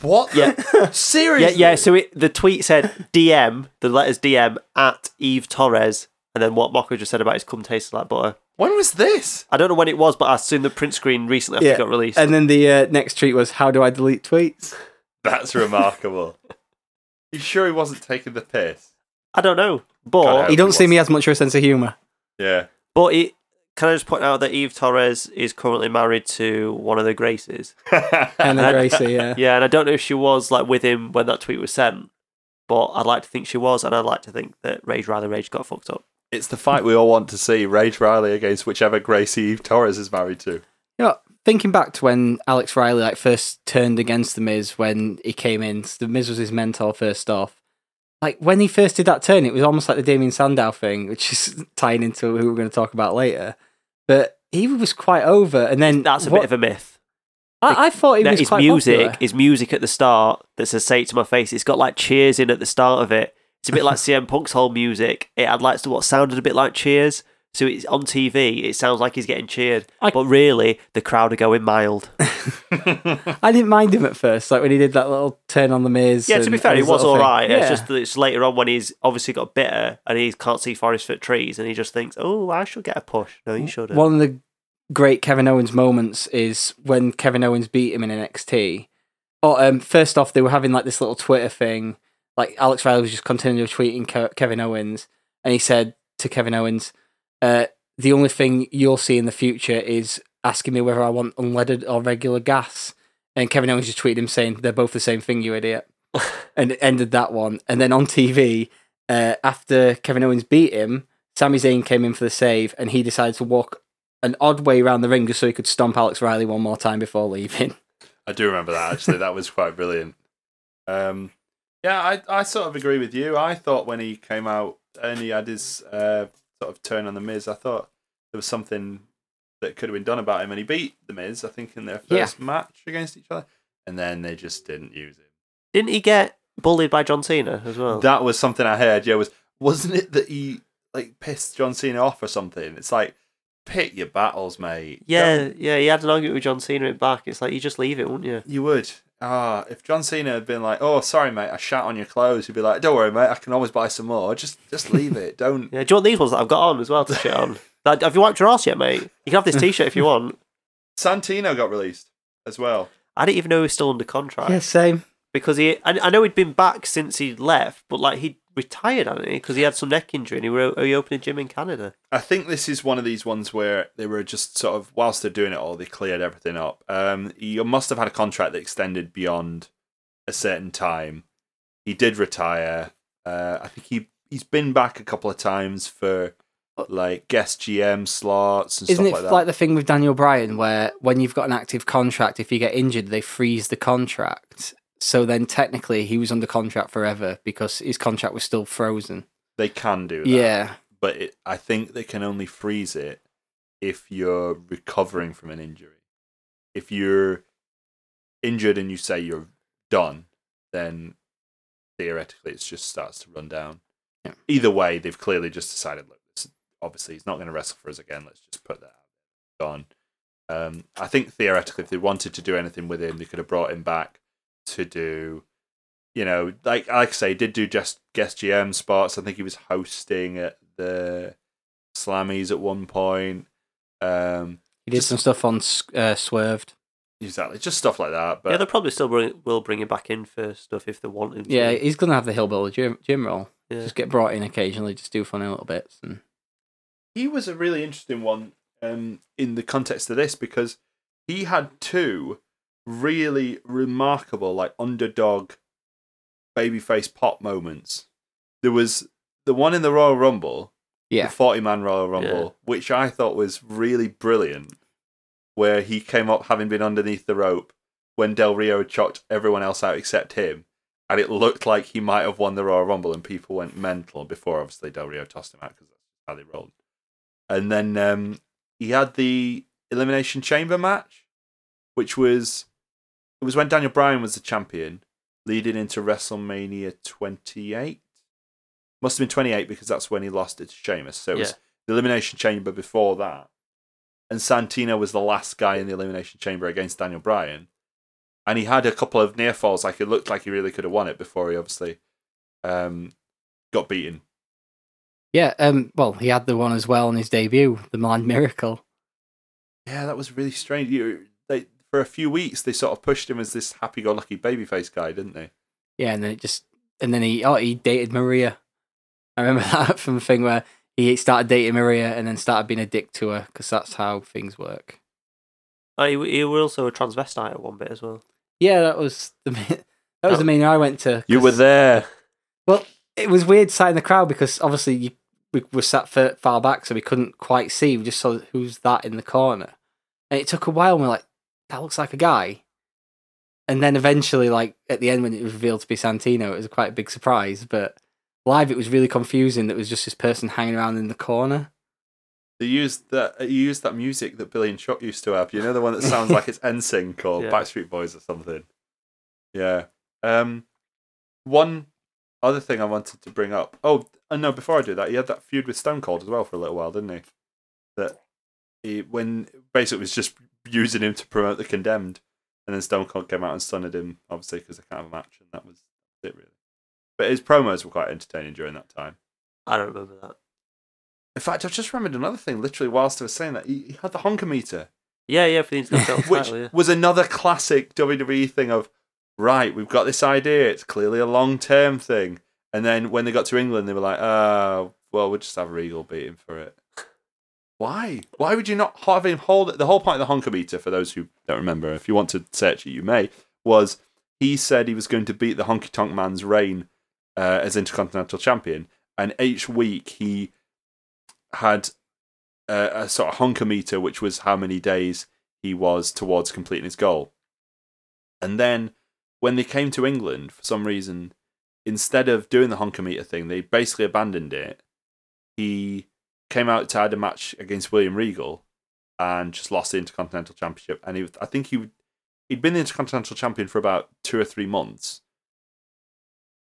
Speaker 2: What?
Speaker 3: Yeah.
Speaker 4: [laughs]
Speaker 2: The-
Speaker 3: Yeah,
Speaker 2: Seriously?
Speaker 3: yeah. So it, the tweet said DM, the letters DM at Eve Torres, and then what Mocko just said about his cum tasted like butter.
Speaker 2: when was this?
Speaker 3: I don't know when it was, but I seen the print screen recently after it got released.
Speaker 4: And then the uh, next tweet was, "How do I delete tweets?"
Speaker 2: That's remarkable. you sure he wasn't taking the piss?
Speaker 3: I don't know,
Speaker 2: God,
Speaker 3: but
Speaker 2: I-
Speaker 4: He don't see me as much of a sense of humour.
Speaker 2: Yeah.
Speaker 3: but it, can I just point out that Eve Torres is currently married to one of the Graces?
Speaker 4: And
Speaker 3: [laughs]
Speaker 4: the Gracie, yeah.
Speaker 3: Yeah, and I don't know if she was like with him when that tweet was sent, but I'd like to think she was, and I'd like to think that Rage Riley Rage got fucked up.
Speaker 2: it's the fight we all want to see Rage Riley against whichever Gracie Eve Torres is married to.
Speaker 4: You know, thinking back to when Alex Riley like first turned against the Miz when he came in, the Miz was his mentor first off. Like when he first did that turn, it was almost like the Damien Sandow thing, which is [laughs] tying into who we're going to talk about later. But he was quite over, and then
Speaker 3: That's a
Speaker 4: what-
Speaker 3: bit of a myth.
Speaker 4: I, I thought he
Speaker 3: That
Speaker 4: was
Speaker 3: his
Speaker 4: quite
Speaker 3: music,
Speaker 4: popular.
Speaker 3: his music at the start that says "Say it to my face." It's got like cheers in at the start of it. It's a bit like
Speaker 4: [laughs]
Speaker 3: CM Punk's whole music. It had like what sounded a bit like cheers. So it's on TV. It sounds like he's getting cheered,
Speaker 4: I-
Speaker 3: but really the crowd are going
Speaker 4: [laughs]
Speaker 3: mild.
Speaker 4: I didn't mind him at first, like when he did that little turn on the Miz.
Speaker 3: Yeah, to
Speaker 4: and-
Speaker 3: be fair,
Speaker 4: and
Speaker 3: he
Speaker 4: his
Speaker 3: was
Speaker 4: little
Speaker 3: all right.
Speaker 4: thing.
Speaker 3: It's
Speaker 4: Yeah.
Speaker 3: just that it's later on when he's obviously got bitter and he can't see forest for trees, and he just thinks, "Oh, I should get a push." No, you shouldn't.
Speaker 4: One of the great Kevin Owens moments is when Kevin Owens beat him in NXT. Oh, um, first off, they were having like this little Twitter thing. Like Alex Riley was just continually tweeting Ke- Kevin Owens, and he said to Kevin Owens, uh, "The only thing you'll see in the future is asking me whether I want unleaded or regular gas." And Kevin Owens just tweeted him saying, "They're both the same thing, you idiot," and it ended that one. And then on TV, uh, after Kevin Owens beat him, Sami Zayn came in for the save, and he decided to walk an odd way around the ring just so he could stomp Alex Riley one more time before leaving.
Speaker 2: I do remember that actually. That was quite brilliant. Um, yeah, I, I sort of agree with you. I thought when he came out and he had his uh, sort of turn on the Miz, I thought there was something that could have been done about him, and he beat the Miz, I think, in their
Speaker 4: Yeah.
Speaker 2: first match against each other, and then they just didn't use him.
Speaker 3: Didn't he get bullied by John Cena as well?
Speaker 2: That was something I heard. Yeah, was wasn't it that he like pissed John Cena off or something? It's like pick your battles, mate.
Speaker 3: yeah,
Speaker 2: Don't-
Speaker 3: yeah, he had an argument with John Cena at back. It's like you just leave it, wouldn't you?
Speaker 2: you would. Ah, if John Cena had been like, "Oh, sorry, mate, I shat on your clothes," he'd be like, "Don't worry, mate, I can always buy some more. Just, just leave it.
Speaker 4: [laughs]
Speaker 2: Don't."
Speaker 3: Yeah, do you want these ones that I've got on as well to shit on? Like, have you wiped your ass yet, mate? You can have this T-shirt if you want.
Speaker 2: Santino got released as well.
Speaker 3: I didn't even know he was still under contract
Speaker 4: [laughs] Yeah, same.
Speaker 3: because he. I, I know he'd been back since he left, but like he retired, hadn't he? Because he had some neck injury and he, were, he opened a gym in Canada.
Speaker 2: I think this is one of these ones where they were just sort of whilst they're doing it all, they cleared everything up. Um, he must have had a contract that extended beyond a certain time. He did retire. Uh, I think he he's been back a couple of times for like guest GM slots and
Speaker 4: Isn't it
Speaker 2: stuff
Speaker 4: like,
Speaker 2: like that.
Speaker 4: the thing with Daniel Bryan where when you've got an active contract, if you get injured, they freeze the contract? So then technically he was under contract forever because his contract was still frozen.
Speaker 2: they can do that.
Speaker 4: Yeah.
Speaker 2: but it, I think they can only freeze it if you're recovering from an injury. If you're injured and you say you're done, then theoretically it just starts to run down.
Speaker 4: Yeah.
Speaker 2: Either way, they've clearly just decided, look, this, obviously he's not going to wrestle for us again. Let's just put that out. Gone. Um, I think theoretically, if they wanted to do anything with him, they could have brought him back to do you know, like like I say, he did do just guest GM spots. I think he was hosting at the Slammies at one point. Um,
Speaker 4: He did
Speaker 2: Just-
Speaker 4: some stuff on S- uh, Swerved.
Speaker 2: exactly, just stuff like that. But
Speaker 3: yeah, they'll probably still bring, will bring him back in for stuff if they want him. to.
Speaker 4: Yeah, he's going to have the hillbilly gym, gym roll.
Speaker 3: Yeah.
Speaker 4: Just get brought in occasionally, just do funny little bits. And
Speaker 2: he was a really interesting one um, in the context of this because he had two really remarkable, like underdog babyface pop moments. There was the one in the Royal Rumble,
Speaker 4: Yeah.
Speaker 2: the 40 man Royal Rumble, which I thought was really brilliant, where he came up having been underneath the rope when Del Rio had chucked everyone else out except him. And it looked like he might have won the Royal Rumble, and people went mental before obviously Del Rio tossed him out because that's how they rolled. And then um, he had the Elimination Chamber match, which was it was when Daniel Bryan was the champion, leading into WrestleMania 28. Must have been 28 because that's when he lost it to Sheamus. So it was
Speaker 3: Yeah.
Speaker 2: the Elimination Chamber before that. And Santino was the last guy in the Elimination Chamber against Daniel Bryan. And he had a couple of near falls. Like it looked like he really could have won it before he obviously um, got beaten.
Speaker 4: yeah, um, well, he had the one as well on his debut, the Milan Miracle.
Speaker 2: Yeah, that was really strange. You, they, for a few weeks they sort of pushed him as this happy-go-lucky babyface guy, didn't they?
Speaker 4: Yeah, and then it just and then he oh he dated Maria. I remember [laughs] that from the thing where he started dating Maria and then started being a dick to her because that's how things work.
Speaker 3: Oh, he, w- he were also a transvestite at one bit as well.
Speaker 4: Yeah, that was the [laughs] ma- that was the main I went to.
Speaker 2: You
Speaker 4: 'cause
Speaker 2: were there.
Speaker 4: Well, it was weird sat in the crowd because obviously you, we were sat fa- far back, so we couldn't quite see. We just saw who's that in the corner, and it took a while. and We're like, that looks like a guy, and then eventually, like at the end when it was revealed to be Santino, it was quite a big surprise. But live, it was really confusing. That it was just this person hanging around in the corner.
Speaker 2: They used that. You used that music that Billy and Chuck used to have. You know the one that sounds like it's NSYNC or
Speaker 3: Yeah.
Speaker 2: Backstreet Boys or something. Yeah. Um, one other thing I wanted to bring up. Oh, and no, before I do that, he had that feud with Stone Cold as well for a little while, didn't he? That he when basically it was just using him to promote the condemned, and then Stone Cold came out and stunned him, obviously because they can't have a match, and that was it really. But his promos were quite entertaining during that time.
Speaker 3: I don't remember that.
Speaker 2: In fact, I've just remembered another thing. Literally, whilst I was saying that, he, he had the honker meter,
Speaker 3: Yeah, yeah, for the [laughs] international
Speaker 2: which
Speaker 3: title. Yeah.
Speaker 2: was another classic WWE thing of right. We've got this idea. It's clearly a long term thing. And then when they got to England, they were like, "Ah, well, we'll just have Regal beat him for it." Why? Why would you not have him hold it? The whole point of the honker meter, for those who don't remember, if you want to search it, you may, was he said he was going to beat the honky tonk man's reign uh, as intercontinental champion. And each week he had a, a sort of honker meter, which was how many days he was towards completing his goal. And then when they came to England, for some reason, instead of doing the honker meter thing, they basically abandoned it. He came out to had a match against William Regal and just lost the Intercontinental Championship. And he, was- I think he he'd been the Intercontinental Champion for about two or three months.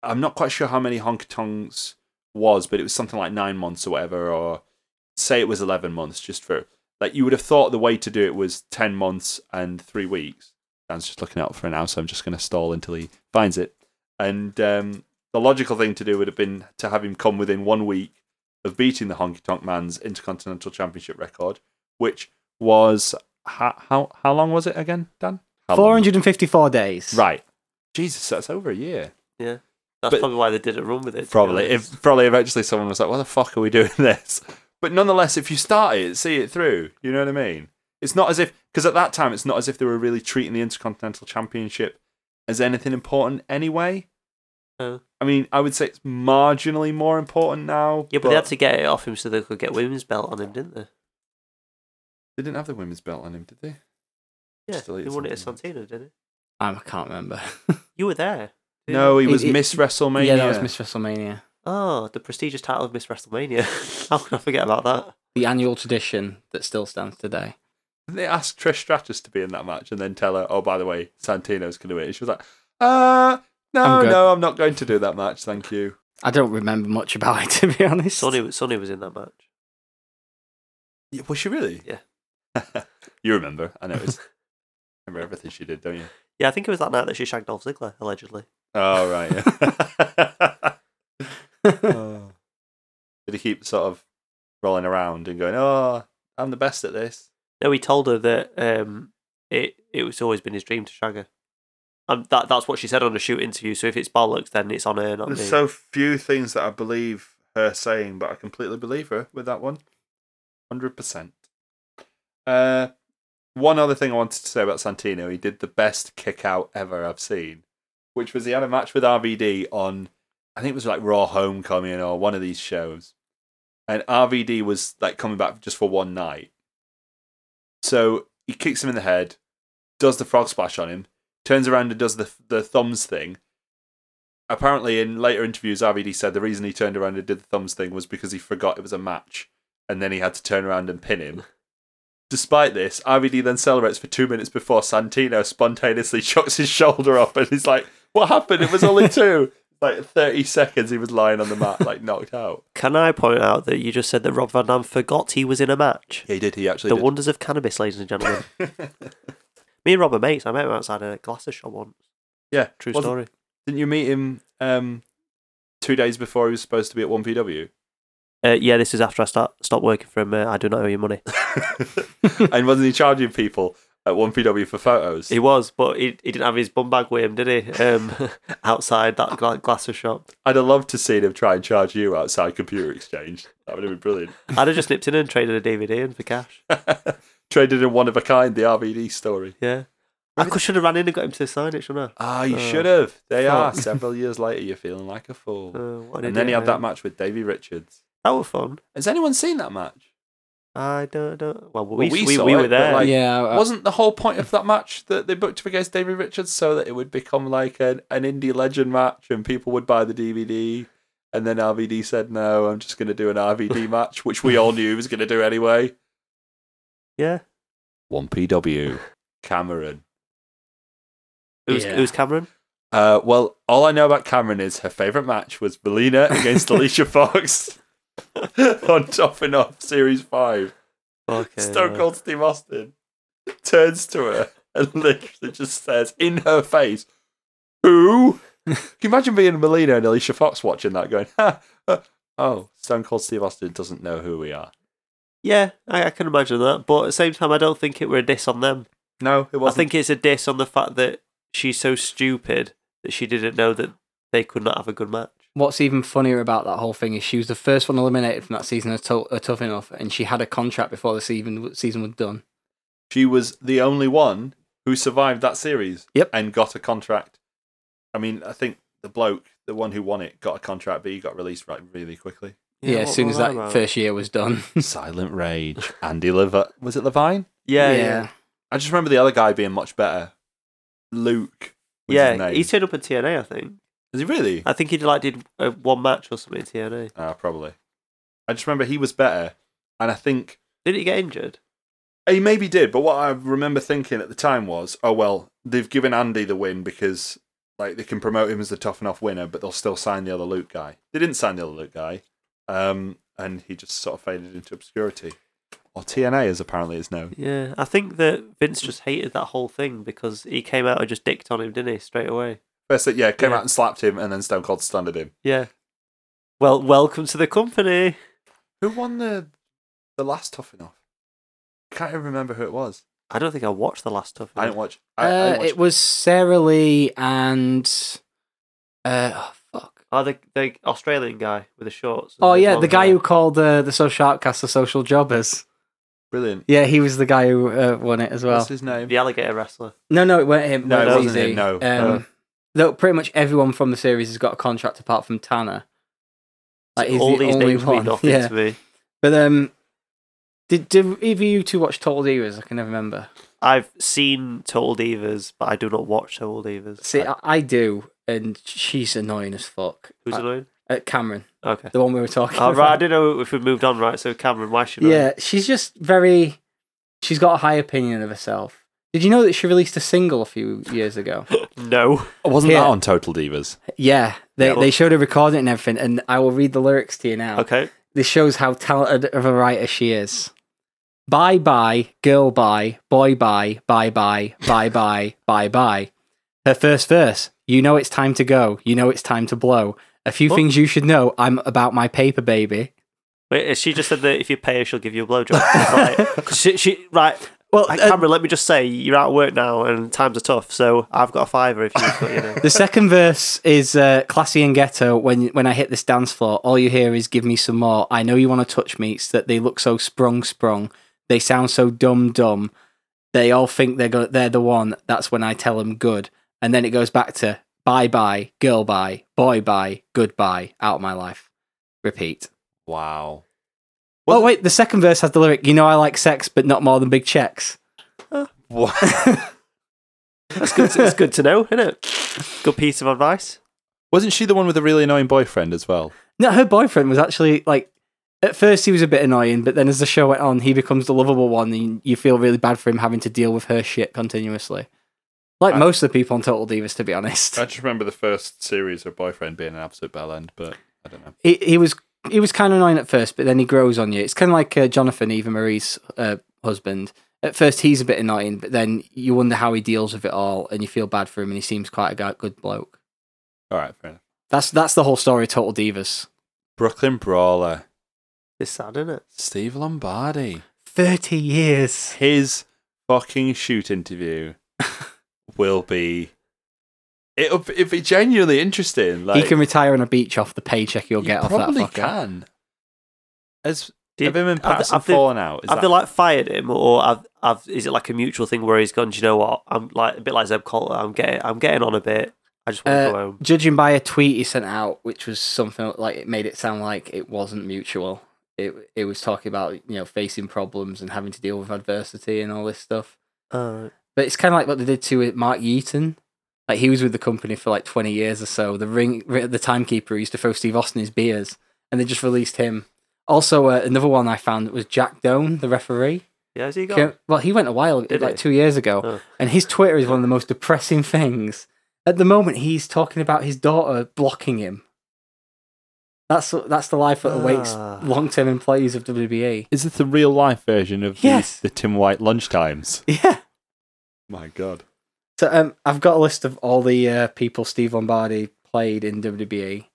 Speaker 2: I'm not quite sure how many honk tongs was, but it was something like nine months or whatever, or say it was 11 months just for like you would have thought the way to do it was 10 months and three weeks. Dan's just looking out for an hour, so I'm just going to stall until he finds it. And um, the logical thing to do would have been to have him come within one week of beating the Honky Tonk Man's Intercontinental Championship record, which was how how, how long was it again, Dan? How long?
Speaker 4: Four hundred and fifty-four days.
Speaker 2: Right. Jesus, that's over a year.
Speaker 3: yeah. That's
Speaker 2: but-
Speaker 3: probably why they did a run with it. to be
Speaker 2: Probably.
Speaker 3: honest.
Speaker 2: If probably eventually someone was like, "Why the fuck are we doing [laughs] this?" But nonetheless, if you start it, see it through. You know what I mean? It's not as if because at that time, it's not as if they were really treating the Intercontinental Championship as anything important anyway.
Speaker 3: No.
Speaker 2: I mean, I would say it's marginally more important now.
Speaker 3: yeah, but, they had to get it off him so they could get women's belt on him, didn't they?
Speaker 2: they didn't have the women's belt on him, did they?
Speaker 3: Yeah,
Speaker 2: Just delete
Speaker 3: they won it at
Speaker 2: something.
Speaker 3: Santino, didn't it?
Speaker 4: Um, I can't remember.
Speaker 3: You were there. Yeah.
Speaker 2: No, he
Speaker 4: It-
Speaker 2: was
Speaker 4: it-
Speaker 2: Miss WrestleMania.
Speaker 4: yeah, that was Miss WrestleMania.
Speaker 3: Oh, the prestigious title of Miss WrestleMania. [laughs] How could I forget about that?
Speaker 4: The annual tradition that still stands today.
Speaker 2: Didn't they asked Trish Stratus to be in that match and then tell her, oh, by the way, Santino's going to win? And she was like, uh, no,
Speaker 4: I'm good."
Speaker 2: no, I'm not going to do that match. Thank you.
Speaker 4: I don't remember much about it [laughs] to be honest.
Speaker 3: Sonny, Sonny was in that match.
Speaker 2: Yeah, was she really? Yeah. [laughs] you remember. I noticed. remember everything she did, don't you?
Speaker 3: Yeah, I think it was that night that she shagged Dolph Ziggler, allegedly.
Speaker 2: Oh, right. Yeah. [laughs] Did he keep sort of rolling around and going, oh, I'm the best at this?
Speaker 3: No, he told her that um, it it was always been his dream to shag her. Um, that that's what she said on a shoot interview. So if it's bollocks, then it's on her, not me.
Speaker 2: There's so few things that I believe her saying, but I completely believe her with that one. 100%. Uh, one other thing I wanted to say about Santino, he did the best kick out ever I've seen, which was he had a match with RVD on, I think it was like Raw Homecoming or one of these shows. And RVD was like coming back just for one night. So he kicks him in the head, does the frog splash on him, turns around and does the, the thumbs thing, apparently in later interviews RVD said the reason he turned around and did the thumbs thing was because he forgot it was a match and then he had to turn around and pin him. Despite this, RVD then celebrates for two minutes before Santino spontaneously chucks his shoulder up and he's like, What happened? It was [laughs] only two. like 30 seconds he was lying on the mat, like knocked out.
Speaker 3: Can I point out that you just said that Rob Van Dam forgot he was in a match?
Speaker 2: [laughs] Yeah, he did. He actually
Speaker 3: the wonders of cannabis, ladies
Speaker 2: [coughs]
Speaker 3: and gentlemen. Me and Rob are mates. I met him outside a glasses shop once.
Speaker 2: yeah,
Speaker 3: True
Speaker 2: Wasn't-
Speaker 3: story.
Speaker 2: Didn't you meet him um, two days before he was supposed to be at [laughs] 1PW?
Speaker 3: Uh,
Speaker 2: [laughs]
Speaker 3: yeah, this is after I start stopped working from uh, I Do Not Owe You Money.
Speaker 2: and wasn't he charging people? at 1PW for photos.
Speaker 3: He was, but he, he didn't have his bum bag with him, did he? Um, [laughs] outside that gla- glasser shop.
Speaker 2: I'd have loved to see them try and charge you outside Computer Exchange. That would have been brilliant.
Speaker 3: I'd have just nipped in and traded a DVD in
Speaker 2: [laughs]
Speaker 3: for cash.
Speaker 2: Traded in one of a kind, the RVD story.
Speaker 3: Yeah. I could, should have ran in and got him to sign it, shouldn't
Speaker 2: Ah, you
Speaker 3: Oh,
Speaker 2: should have. They are.
Speaker 3: [laughs] fuck.
Speaker 2: Several years later, you're feeling like a fool.
Speaker 3: I? Uh, what an
Speaker 2: and then he
Speaker 3: idiot,
Speaker 2: had that
Speaker 3: man.
Speaker 2: match with Davey Richards.
Speaker 3: That was fun.
Speaker 2: Has anyone seen that match?
Speaker 3: I don't know. Well, we,
Speaker 2: we
Speaker 3: we, we,
Speaker 2: saw it,
Speaker 3: were
Speaker 2: but,
Speaker 3: there.
Speaker 2: like-
Speaker 4: yeah,
Speaker 3: Uh,
Speaker 4: I-
Speaker 2: Wasn't the whole point of that match that they booked up against Davey Richards so that it would become like an, an indie legend match and people would buy the DVD? And then RVD said, no, I'm just going to do an RVD [laughs] match, which we all knew he was going to do anyway.
Speaker 3: yeah.
Speaker 2: 1PW. Cameron.
Speaker 3: It was,
Speaker 4: Yeah.
Speaker 3: it was Cameron.
Speaker 2: Uh, well, all I know about Cameron is her favourite match was Belina
Speaker 3: [laughs]
Speaker 2: against Alicia Fox [laughs] on Top and Off Series 5.
Speaker 3: Okay,
Speaker 2: Stone
Speaker 3: right.
Speaker 2: Cold Steve Austin turns to her and literally just says in her face, Who?
Speaker 3: [laughs]
Speaker 2: Can you imagine being Melina and Alicia Fox watching that going, ha, uh, Oh, Stone Cold Steve Austin doesn't know who we are?
Speaker 3: Yeah, I, I can imagine that. But at the same time, I don't think it were a diss on them.
Speaker 2: No, it
Speaker 3: I think it's a diss on the fact that she's so stupid that she didn't know that they could not have a good match.
Speaker 4: what's even funnier about that whole thing is she was the first one eliminated from that season of, to- of Tough Enough, and she had a contract before the season season was done.
Speaker 2: She was the only one who survived that series.
Speaker 4: Yep.
Speaker 2: And got a contract. I mean, I think the bloke, the one who won it, got a contract, but he got released right really quickly.
Speaker 4: Yeah, as
Speaker 3: what
Speaker 4: soon
Speaker 3: were
Speaker 4: as that
Speaker 3: about?
Speaker 4: first year was done.
Speaker 2: Silent Rage. Andy Levine. Was it Levine?
Speaker 3: Yeah, yeah.
Speaker 2: I just remember the other guy being much better. Luke. Was
Speaker 3: Yeah,
Speaker 2: His name.
Speaker 3: he turned up in TNA, I think.
Speaker 2: Is he really?
Speaker 3: I think he like did uh, one match or something in TNA.
Speaker 2: Ah, probably. I just remember he was better. And I think
Speaker 3: Did he get injured?
Speaker 2: He maybe did, but what I remember thinking at the time was, oh well, they've given Andy the win because like they can promote him as the tough enough winner, but they'll still sign the other Luke guy. They didn't sign the other Luke guy, um, and he just sort of faded into obscurity. Or TNA, as apparently it's known.
Speaker 3: Yeah, I think that Vince just hated that whole thing because he came out and just dicked on him, didn't he? Straight away.
Speaker 2: First, that- yeah, came
Speaker 3: Yeah.
Speaker 2: out and slapped him, and then Stone Cold stunned him.
Speaker 3: Yeah. Well, welcome to the company.
Speaker 2: Who won the the last tough enough? Can't even remember who it was.
Speaker 3: I don't think I watched the last tough.
Speaker 2: I didn't watch. I, I
Speaker 4: Uh,
Speaker 2: didn't watch
Speaker 4: it was Sarah Lee and uh, oh, fuck.
Speaker 3: Oh, the, the Australian guy with the shorts. and
Speaker 4: Oh yeah,
Speaker 3: long
Speaker 4: the guy
Speaker 3: hair.
Speaker 4: who called uh, the social outcast the social jobbers.
Speaker 2: brilliant.
Speaker 4: Yeah, he was the guy who uh, won it as well.
Speaker 2: What's his name?
Speaker 3: the alligator wrestler.
Speaker 4: No, no, it weren't him.
Speaker 2: No,
Speaker 4: it
Speaker 2: it wasn't
Speaker 4: easy.
Speaker 2: him, no.
Speaker 4: um,
Speaker 2: No.
Speaker 4: Though pretty much everyone from the series has got a contract apart from Tanner. Like, he's
Speaker 3: All
Speaker 4: the
Speaker 3: these
Speaker 4: only
Speaker 3: names
Speaker 4: one.
Speaker 3: mean nothing
Speaker 4: [laughs] yeah.
Speaker 3: to me.
Speaker 4: But um, did, did either you two watch Total Divas? I can never remember.
Speaker 3: I've seen Total Divas, but I do not watch Total Divas.
Speaker 4: See, I, I do, and she's annoying as fuck.
Speaker 3: Who's
Speaker 4: I-
Speaker 3: annoying?
Speaker 4: uh, Cameron,
Speaker 3: Okay.
Speaker 4: the one we were talking
Speaker 3: Oh,
Speaker 4: [laughs]
Speaker 3: right, I
Speaker 4: about.
Speaker 3: didn't know if we moved on, right? So, Cameron, why should I?
Speaker 4: Yeah, she's just very. She's got a high opinion of herself. Did you know that she released a single a few
Speaker 3: [laughs]
Speaker 4: years ago?
Speaker 3: No.
Speaker 2: Wasn't
Speaker 4: Yeah.
Speaker 2: that on Total Divas?
Speaker 4: yeah, they,
Speaker 3: Yeah, well-
Speaker 4: they showed her recording and everything, and I will read the lyrics to you now.
Speaker 3: Okay.
Speaker 4: This shows how talented of a writer she is. Bye bye, girl bye, boy bye, bye bye, bye bye, bye bye. Her first verse, you know it's time to go, you know it's time to blow. A few
Speaker 3: What?
Speaker 4: things you should know, I'm about my paper, baby.
Speaker 3: Wait, she just said that if you pay her, she'll give you a
Speaker 4: [laughs]
Speaker 3: blowjob. right. She, she, right.
Speaker 4: Well,
Speaker 3: Hey,
Speaker 4: uh,
Speaker 3: Cameron, let me just say, you're out of work now and times are tough, so I've got a fiver if you've got, you
Speaker 4: [laughs]
Speaker 3: know.
Speaker 4: the second verse is uh, classy and ghetto. When when I hit this dance floor, all you hear is "Give me some more." I know you want to touch me. It's that they look so sprung, sprung. They sound so dumb, dumb. They all think they're go- they're the one. That's when I tell them good. And then it goes back to bye bye, girl bye, boy bye, goodbye, out of my life. Repeat.
Speaker 2: Wow. [laughs]
Speaker 4: oh wait, the second verse has the lyric. You know I like sex, but not more than big checks.
Speaker 2: What?
Speaker 3: That's good, to, it's good to know, isn't it? Good piece of advice.
Speaker 2: Wasn't she the one with a really annoying boyfriend as well?
Speaker 4: No, her boyfriend was actually like. At first, he was a bit annoying, but then as the show went on, he becomes the lovable one, and you feel really bad for him having to deal with her shit continuously. Like
Speaker 2: I-
Speaker 4: most of the people on Total Divas, to be honest.
Speaker 2: I just remember the first series of Boyfriend being an absolute bell end, but I don't know.
Speaker 4: he, he was he was kind of annoying at first, but then he grows on you. It's kind of like uh, Jonathan, Eva Marie's uh, husband. At first, he's a bit annoying, but then you wonder how he deals with it all, and you feel bad for him, and he seems quite a gu- good bloke.
Speaker 2: All right, fair enough.
Speaker 4: That's that's the whole story of Total Divas.
Speaker 2: Brooklyn Brawler,
Speaker 3: It's sad, isn't it?
Speaker 2: Steve Lombardi.
Speaker 4: Thirty years.
Speaker 2: His fucking shoot [laughs] interview will be. It'll be- it'll be genuinely interesting. Like
Speaker 4: he can retire on a beach off the paycheck you'll
Speaker 2: you
Speaker 4: get off that
Speaker 2: probably
Speaker 4: fucker.
Speaker 2: can. As
Speaker 3: Did-
Speaker 2: have him and
Speaker 3: have they-
Speaker 2: Patterson
Speaker 3: have they-
Speaker 2: fallen out? Is
Speaker 3: have
Speaker 2: that-
Speaker 3: they like fired him, or have, have, is it like a mutual thing where he's gone? Do you know what? I'm like a bit like Zeb Colter. I'm getting I'm getting on a bit. I just want to
Speaker 4: Uh,
Speaker 3: go home.
Speaker 4: Judging by a tweet he sent out, which was something like it made it sound like it wasn't mutual. It it was talking about you know facing problems and having to deal with adversity and all this stuff.
Speaker 3: Alright.
Speaker 4: But it's kind of like what they did to uh, Mark Yeaton. Like he was with the company for like twenty years or so. The ring, ri- the timekeeper who used to throw Steve Austin his beers, and they just released him. Also, uh, another one I found was Jack Doan, the referee.
Speaker 3: yeah, has he gone?
Speaker 4: Came- well, he went a while,
Speaker 3: Did
Speaker 4: like
Speaker 3: he?
Speaker 4: two years ago,
Speaker 3: Oh.
Speaker 4: and his Twitter is one of the most depressing things. At the moment, he's talking about his daughter blocking him. That's that's the life that awaits
Speaker 3: Ah.
Speaker 4: long-term employees of E. WBA.
Speaker 2: Is this the real life version of
Speaker 4: the- Yes.
Speaker 2: the Tim White lunchtimes?
Speaker 4: [laughs] Yeah.
Speaker 2: My God.
Speaker 4: So um, I've got a list of all the uh, people Steve Lombardi played in WBA.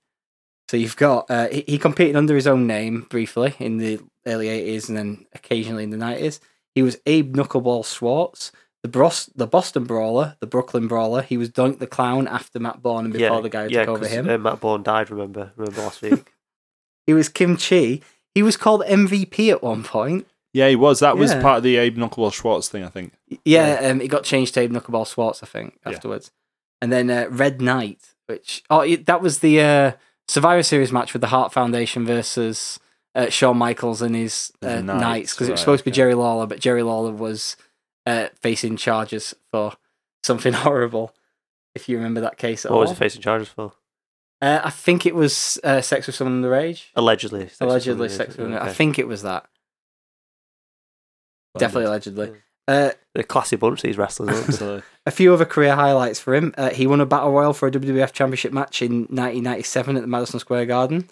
Speaker 4: So you've got uh, he, he competed under his own name briefly in the early eighties and then occasionally in the nineties. He was Abe Knuckleball Schwartz, the Bros- the Boston Brawler, the Brooklyn Brawler. He was Dunk the Clown after Matt Bourne and before the guy who took over
Speaker 3: 'cause,
Speaker 4: him.
Speaker 3: uh, Matt Bourne died. Remember, remember last week.
Speaker 4: he was Kim Chi. He was called MVP at one point.
Speaker 2: Yeah, he was. That was
Speaker 4: Yeah.
Speaker 2: part of the Abe Knuckleball Schwartz thing, I think.
Speaker 4: Yeah, um, it got changed to Abe Knuckleball Schwartz, I think,
Speaker 2: Yeah.
Speaker 4: afterwards. And then uh, Red Knight, which oh, it, that was the uh, Survivor Series match with the Hart Foundation versus uh, Shawn Michaels and his uh,
Speaker 2: The
Speaker 4: Knights,
Speaker 2: Knights,
Speaker 4: because it was
Speaker 2: right,
Speaker 4: supposed to be
Speaker 2: okay.
Speaker 4: Jerry Lawler, but Jerry Lawler was uh, facing charges for [laughs] something horrible. If you remember that case at
Speaker 3: what was
Speaker 4: all,
Speaker 3: he facing charges for?
Speaker 4: uh, I think it was uh, sex with someone underage.
Speaker 3: Allegedly, sex
Speaker 4: allegedly,
Speaker 3: offender,
Speaker 4: sex
Speaker 3: is it?
Speaker 4: with underage. I
Speaker 3: Okay.
Speaker 4: think it was that. Definitely, allegedly. Uh,
Speaker 3: they're a classy bunch. These wrestlers.
Speaker 2: [laughs]
Speaker 3: aren't they?
Speaker 2: Absolutely.
Speaker 4: A few other career highlights for him. Uh, he won a battle royal for a WWF Championship match in 1997 at the Madison Square Garden.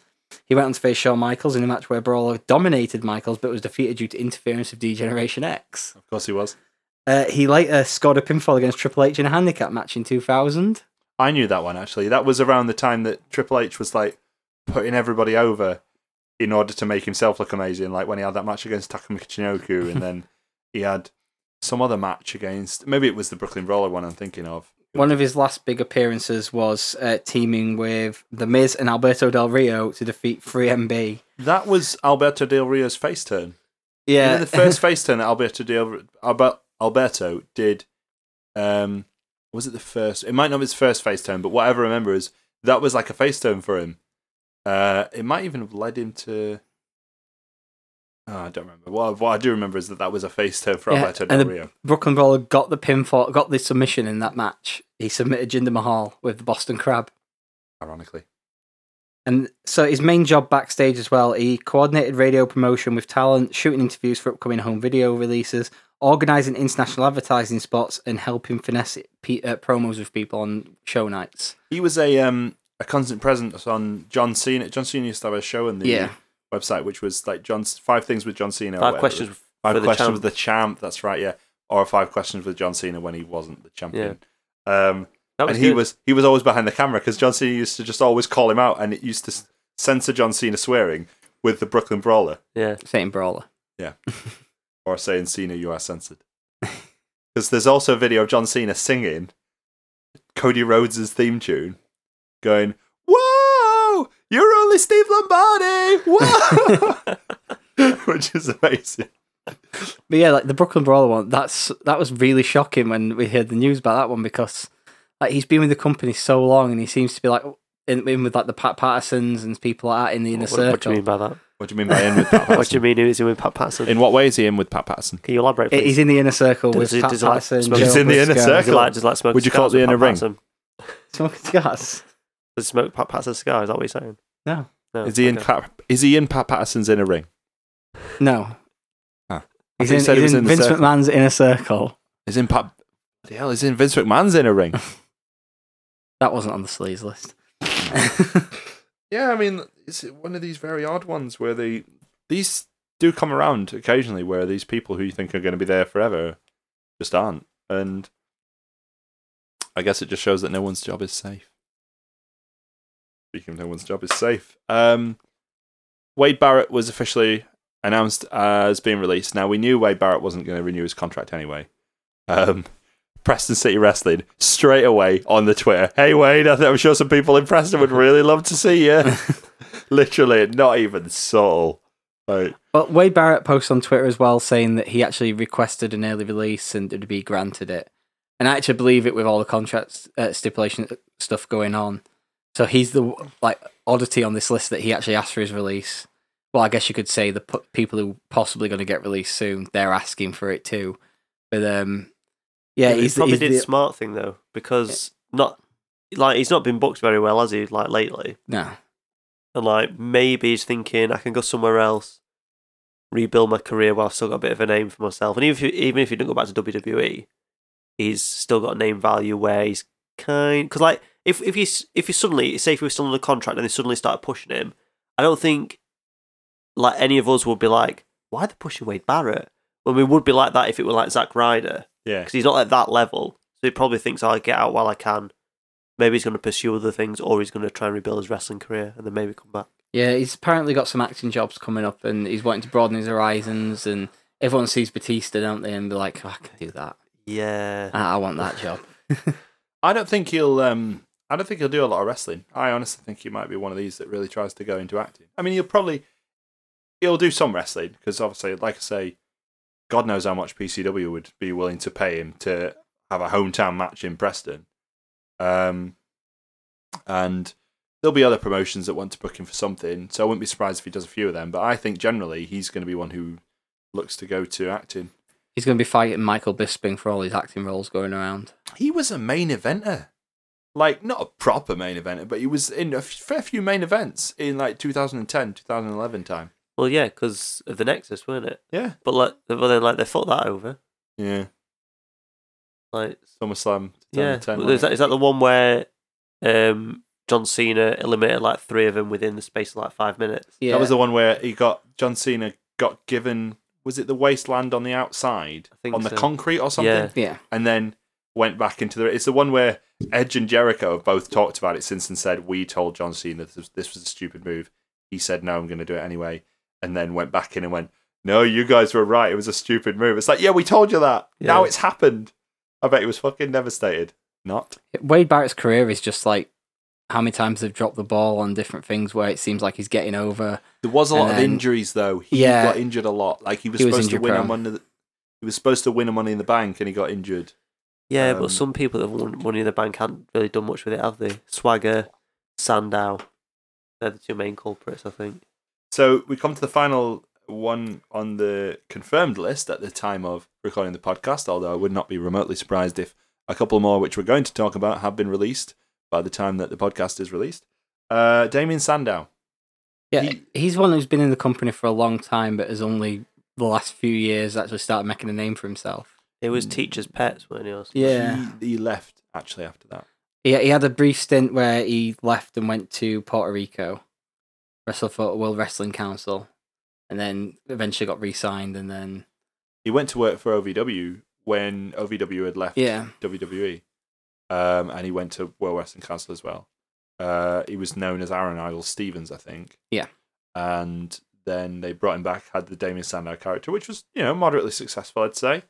Speaker 4: He went on to face Shawn Michaels in a match where Brawler dominated Michaels but was defeated due to interference of D-Generation X.
Speaker 2: Of course he was.
Speaker 4: Uh, he later scored a pinfall against Triple H in a handicap match in 2000.
Speaker 2: I knew that one actually. That was around the time that Triple H was like putting everybody over in order to make himself look amazing. Like when he had that match against Takumi Michinoku, and then he had some other match against maybe it was the Brooklyn Brawler one I'm thinking of.
Speaker 4: One of his last big appearances was uh, teaming with The Miz and Alberto Del Rio to defeat 3MB.
Speaker 2: That was Alberto Del Rio's face turn.
Speaker 4: Yeah,
Speaker 2: Even the
Speaker 4: [laughs]
Speaker 2: first face turn that Alberto Del Alber- Alberto did. Um, was it the first? It might not be his first face turn, but what I remember is that was like a face turn for him. Uh, it might even have led him to. Oh, I don't remember. What, what I do remember is that that was a face turn for
Speaker 4: Yeah,
Speaker 2: Alberto
Speaker 4: and
Speaker 2: Del
Speaker 4: the-
Speaker 2: Rio.
Speaker 4: Brooklyn Brawler got the pinfall, got the submission in that match. He submitted Jinder Mahal with the Boston Crab.
Speaker 2: Ironically,
Speaker 4: And so his main job backstage as well, he coordinated radio promotion with talent, shooting interviews for upcoming home video releases, organizing international advertising spots, and helping finesse pe uh, promos with people on show nights.
Speaker 2: he was a um a constant presence on John Cena. John Cena used to have a show on the
Speaker 4: Yeah.
Speaker 2: website, which was like John's five things with John Cena. or
Speaker 3: Five
Speaker 2: whatever.
Speaker 3: questions.
Speaker 2: Five
Speaker 3: for the
Speaker 2: questions
Speaker 3: champ.
Speaker 2: with the champ. That's right. Yeah, or five questions with John Cena when he wasn't the champion. Um,
Speaker 3: That
Speaker 2: and he
Speaker 3: good.
Speaker 2: was he was always behind the camera because John Cena used to just always call him out, and it used to s- censor John Cena swearing with the Brooklyn Brawler
Speaker 3: yeah.
Speaker 4: Same brawler.
Speaker 2: or saying Cena, you are censored.
Speaker 3: [laughs]
Speaker 2: Because there's also a video of John Cena singing Cody Rhodes' theme tune, going, "Whoa, you're only Steve Lombardi!"
Speaker 3: [laughs]
Speaker 2: Whoa, [laughs] which is amazing.
Speaker 4: But yeah, like the Brooklyn Brawler one, that's that was really shocking when we heard the news about that one because like he's been with the company so long and he seems to be like in, in with like the Pat Pattersons and people like that in the inner
Speaker 3: What,
Speaker 4: circle.
Speaker 3: what do you mean by that?
Speaker 2: What do you mean by in with Pat
Speaker 3: What do
Speaker 2: Patterson?
Speaker 3: you mean? Who's in with Pat Patterson?
Speaker 2: In what way is he in with Pat Patterson?
Speaker 3: Can you elaborate?
Speaker 4: It-
Speaker 3: Please?
Speaker 4: He's in the inner circle
Speaker 3: Does
Speaker 4: with
Speaker 3: he-
Speaker 4: Pat
Speaker 3: does he like
Speaker 4: Patterson.
Speaker 3: smoke-
Speaker 4: Joe
Speaker 2: He's in the inner
Speaker 4: Briscoe.
Speaker 2: circle.
Speaker 4: [laughs]
Speaker 3: Does he like, does he like smoking
Speaker 2: Would you call it
Speaker 3: cigars
Speaker 2: the
Speaker 3: with Pat
Speaker 2: inner
Speaker 3: Patterson?
Speaker 4: Smoking cigars.
Speaker 3: Does he smoke Pat Patterson cigar? Is that what you're saying?
Speaker 4: No.
Speaker 3: No.
Speaker 2: Is he in
Speaker 3: okay.
Speaker 2: Pat, is he in Pat Patterson's inner ring?
Speaker 4: No.
Speaker 2: Ah. I thought
Speaker 4: He's
Speaker 2: you
Speaker 4: in,
Speaker 2: said he was
Speaker 4: he's in
Speaker 2: in the
Speaker 4: Vince
Speaker 2: circle.
Speaker 4: McMahon's inner circle.
Speaker 2: Is in Pat? The hell is in Vince McMahon's inner ring?
Speaker 4: That wasn't on the sleaze list.
Speaker 2: [laughs] yeah, I mean, it's one of these very odd ones where they these do come around occasionally, where these people who you think are going to be there forever just aren't, and I guess it just shows that no one's job is safe. Speaking of no one's job is safe, um, Wade Barrett was officially announced as being released. Now we knew Wade Barrett wasn't going to renew his contract anyway, um, Preston City Wrestling straight away on the Twitter. Hey Wayne, I think I'm sure some people in Preston would really love to see
Speaker 3: [laughs]
Speaker 2: you. Literally, not even subtle. Like,
Speaker 4: Well, Wade Barrett posts on Twitter as well saying that he actually requested an early release and it would be granted it. And I actually believe it with all the contract uh, stipulation stuff going on. So he's the like oddity on this list that he actually asked for his release. Well, I guess you could say the p- people who possibly going to get released soon they're asking for it too. But um, yeah,
Speaker 3: he
Speaker 4: he's, the-
Speaker 3: probably
Speaker 4: he's
Speaker 3: did
Speaker 4: the,
Speaker 3: smart thing though because not like he's not been booked very well has he like lately
Speaker 4: no.
Speaker 3: and like maybe he's thinking I can go somewhere else, rebuild my career while I've still got a bit of a name for myself. And even if you, even if you don't go back to WWE, he's still got name value where he's kind because like if if he's if he suddenly say if he was still under contract and they suddenly started pushing him, I don't think like any of us would be like why are they pushing Wade Barrett when we would be like that if it were like Zack Ryder
Speaker 2: yeah,
Speaker 3: because he's not at that level. So he probably thinks I'll get out while I can. Maybe he's going to pursue other things, or he's going to try and rebuild his wrestling career, and then maybe come back.
Speaker 4: Yeah, he's apparently got some acting jobs coming up, and he's wanting to broaden his horizons. And everyone sees Batista, don't they? And be like, oh, I can do that.
Speaker 3: Yeah.
Speaker 4: I, I want that job.
Speaker 2: I don't think he'll. Um, I don't think he'll do a lot of wrestling. I honestly think he might be one of these that really tries to go into acting. I mean, he'll probably he'll do some wrestling because obviously, like I say, God knows how much PCW would be willing to pay him to have a hometown match in Preston. Um, and there'll be other promotions that want to book him for something, so I wouldn't be surprised if he does a few of them. But I think generally he's going to be one who looks to go to acting.
Speaker 4: He's going to be fighting Michael Bisping for all his acting roles going around.
Speaker 2: he was a main eventer. Like, not a proper main eventer, but he was in a f- fair few main events in like 2010, 2011 time.
Speaker 3: Well, yeah, because of the Nexus, weren't it?
Speaker 2: Yeah.
Speaker 3: But like, well, then like they thought that over.
Speaker 2: Yeah.
Speaker 3: Like,
Speaker 2: SummerSlam
Speaker 3: yeah,
Speaker 2: 2010.
Speaker 3: is that, is that the one where um, John Cena eliminated like three of them within the space of like five minutes?
Speaker 4: Yeah,
Speaker 2: that was the one where he got, John Cena got given, was it the wasteland on the outside?
Speaker 3: I think
Speaker 2: on the
Speaker 3: so.
Speaker 2: concrete or something?
Speaker 3: Yeah.
Speaker 4: yeah.
Speaker 2: and then went back into the. It's the one where Edge and Jericho have both talked about it since and said, We told John Cena that this- this was a stupid move. He said, No, I'm going to do it anyway. And then went back in and went, No, you guys were right. It was a stupid move. It's like, Yeah, we told you that. Now
Speaker 3: Yeah.
Speaker 2: it's happened. I bet he was fucking devastated. Not.
Speaker 4: Wade Barrett's career is just like how many times they've dropped the ball on different things where it seems like he's getting over.
Speaker 2: There was a lot
Speaker 4: And
Speaker 2: of
Speaker 4: then-
Speaker 2: injuries, though. He
Speaker 4: Yeah.
Speaker 2: got injured a lot. Like, he was
Speaker 4: He was
Speaker 2: supposed to
Speaker 4: injury
Speaker 2: win on
Speaker 4: prone.
Speaker 2: Money. He was supposed to win on Money in the Bank, and he got injured.
Speaker 3: Yeah,
Speaker 2: Um,
Speaker 3: but some people that have won Money in the Bank haven't really done much with it, have they? Swagger, Sandow, they're the two main culprits, I think.
Speaker 2: So we come to the final one on the confirmed list at the time of recording the podcast, although I would not be remotely surprised if a couple more, which we're going to talk about, have been released by the time that the podcast is released. Uh, Damien Sandow.
Speaker 4: Yeah,
Speaker 2: He-
Speaker 4: he's one who's been in the company for a long time, but has only the last few years actually started making a name for himself.
Speaker 3: It was
Speaker 2: Hmm.
Speaker 3: teachers' pets, weren't it? or something?
Speaker 4: Yeah.
Speaker 2: He, he left actually after that.
Speaker 4: He, he had a brief stint where he left and went to Puerto Rico, wrestled for World Wrestling Council, and then eventually got re signed. And then,
Speaker 2: He went to work for OVW when OVW had left
Speaker 4: yeah,
Speaker 2: WWE, um, and he went to World Wrestling Council as well. Uh, he was known as Aaron Isles Stevens, I think.
Speaker 4: Yeah.
Speaker 2: And then they brought him back, had the Damien Sandow character, which was you know moderately successful, I'd say.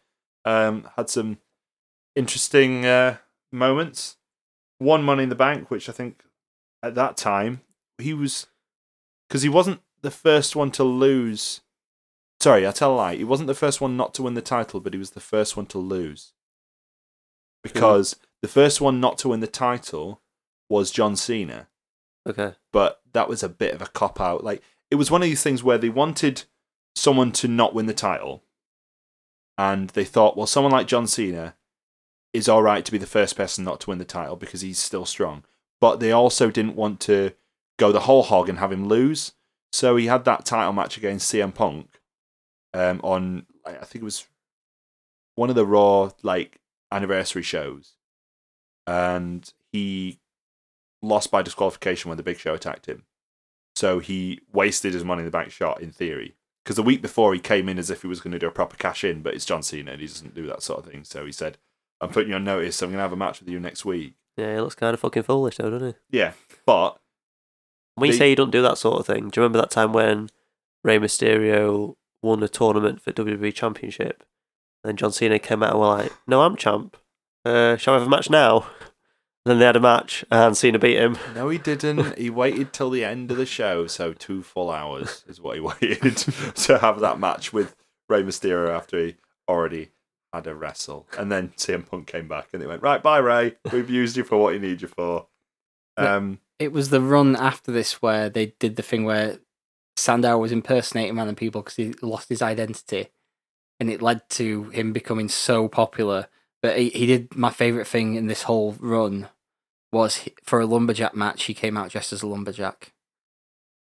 Speaker 2: Um, had some interesting uh, moments. One Money in the Bank, which I think at that time he was because he wasn't the first one to lose. Sorry, I tell a lie. He wasn't the first one not to win the title, but he was the first one to lose because the first one not to win the title was John Cena,
Speaker 3: Okay.
Speaker 2: but that was a bit of a cop out. Like it was one of these things where they wanted someone to not win the title, and they thought, well, someone like John Cena is all right to be the first person not to win the title because he's still strong. But they also didn't want to go the whole hog and have him lose, so he had that title match against CM Punk um, on I I think it was one of the Raw like anniversary shows, and he lost by disqualification when the Big Show attacked him. So he wasted his money in the bank shot in theory because the week before he came in as if he was going to do a proper cash in, but it's John Cena and he doesn't do that sort of thing. So he said, "I'm putting you on notice. I'm going to have a match with you next week."
Speaker 3: Yeah, he looks kind of fucking foolish, though, doesn't he?
Speaker 2: Yeah, but
Speaker 3: When you
Speaker 2: They-
Speaker 3: say you don't do that sort of thing, do you remember that time when Rey Mysterio won a tournament for WWE E Championship And then John Cena came out and were like, "No, I'm champ. Uh, shall we have a match now?" [laughs] And then they had a match, and Cena beat him.
Speaker 2: No, he didn't. He waited till the end of the show, so two full hours is what he [laughs] waited to have that match with Rey Mysterio after he already had a wrestle. And then CM Punk came back and they went, Right, bye, Ray. We've used you for what you need you for. Um,
Speaker 4: It was the run after this where they did the thing where Sandow was impersonating random people because he lost his identity, and it led to him becoming so popular. But he, he did my favorite thing in this whole run was he, for a lumberjack match. He came out dressed as a lumberjack,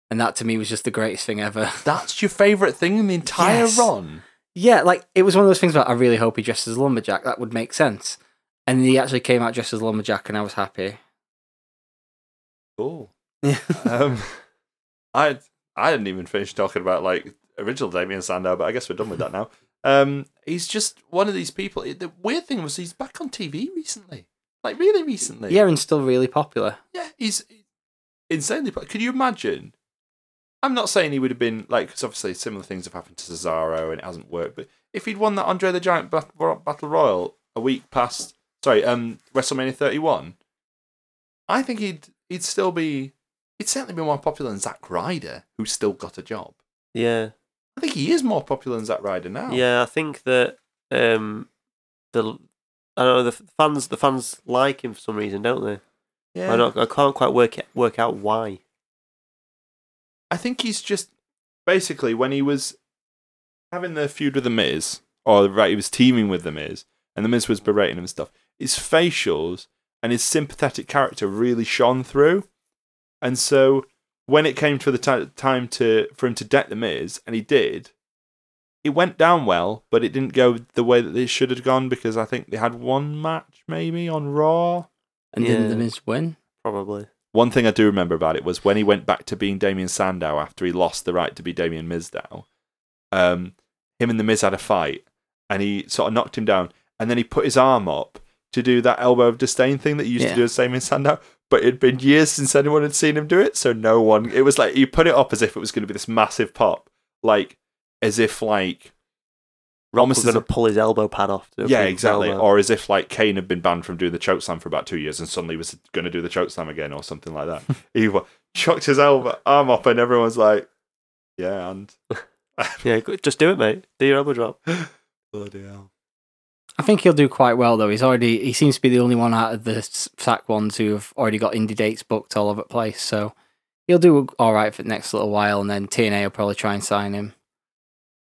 Speaker 4: and that to me was just the greatest thing ever. [laughs]
Speaker 2: That's your favourite thing in the entire
Speaker 4: Yes.
Speaker 2: run?
Speaker 4: Yeah, like it was one of those things where I really hope he dresses as a lumberjack. That would make sense. And he actually came out dressed as a lumberjack, and I was happy.
Speaker 2: Cool.
Speaker 4: Yeah.
Speaker 2: Um, [laughs] I I didn't even finish talking about like original Damien Sandow, but I guess we're done with that now. Um, he's just one of these people. The weird thing was he's back on TV recently, like really recently.
Speaker 4: yeah, and still really popular.
Speaker 2: yeah, he's insanely. po- Could you imagine? I'm not saying he would have been like because obviously similar things have happened to Cesaro and it hasn't worked. But if he'd won that Andre the Giant Bat- Ro- Battle Royal a week past, sorry, um, WrestleMania 31, I think he'd he'd still be he'd certainly be more popular than Zack Ryder, who's still got a job.
Speaker 3: Yeah,
Speaker 2: I think he is more popular than Zack Ryder now.
Speaker 3: yeah. I think that um, the I don't know the f- fans the fans like him for some reason, don't they?
Speaker 2: yeah.
Speaker 3: I don't. I can't quite work it, work out why.
Speaker 2: I think he's just basically when he was having the feud with the Miz, or right, he was teaming with the Miz, and the Miz was berating him and stuff. His facials and his sympathetic character really shone through, and so when it came to the ti time to for him to deck the Miz, and he did, it went down well, but it didn't go the way that it should have gone because I think they had one match maybe on Raw.
Speaker 4: And then
Speaker 3: Yeah.
Speaker 4: the Miz win.
Speaker 3: Probably.
Speaker 2: One thing I do remember about it was when he went back to being Damien Sandow after he lost the right to be Damien Mizdow. Um, him and the Miz had a fight, and he sort of knocked him down, and then he put his arm up to do that elbow of disdain thing that he used
Speaker 4: Yeah.
Speaker 2: to do as Damien Sandow. But it'd been years since anyone had seen him do it, so no one. It was like he put it up as if it was going to be this massive pop, like as if like
Speaker 3: Rob was
Speaker 2: Almost as
Speaker 3: going to
Speaker 2: a-
Speaker 3: pull his elbow pad off. To
Speaker 2: yeah,
Speaker 3: break his
Speaker 2: exactly.
Speaker 3: elbow.
Speaker 2: Or as if like Kane had been banned from doing the choke slam for about two years and suddenly was going to do the choke slam again or something like [laughs] that. he wa- chucked his elbow arm up and everyone's like, "Yeah, and
Speaker 3: yeah, go- just do it, mate. Do your elbow drop.
Speaker 2: bloody hell."
Speaker 4: I think he'll do quite well though. He's already he seems to be the only one out of the s- sack ones who have already got indie dates booked all over the place. So he'll do all right for the next little while, and then TNA will probably try and sign him.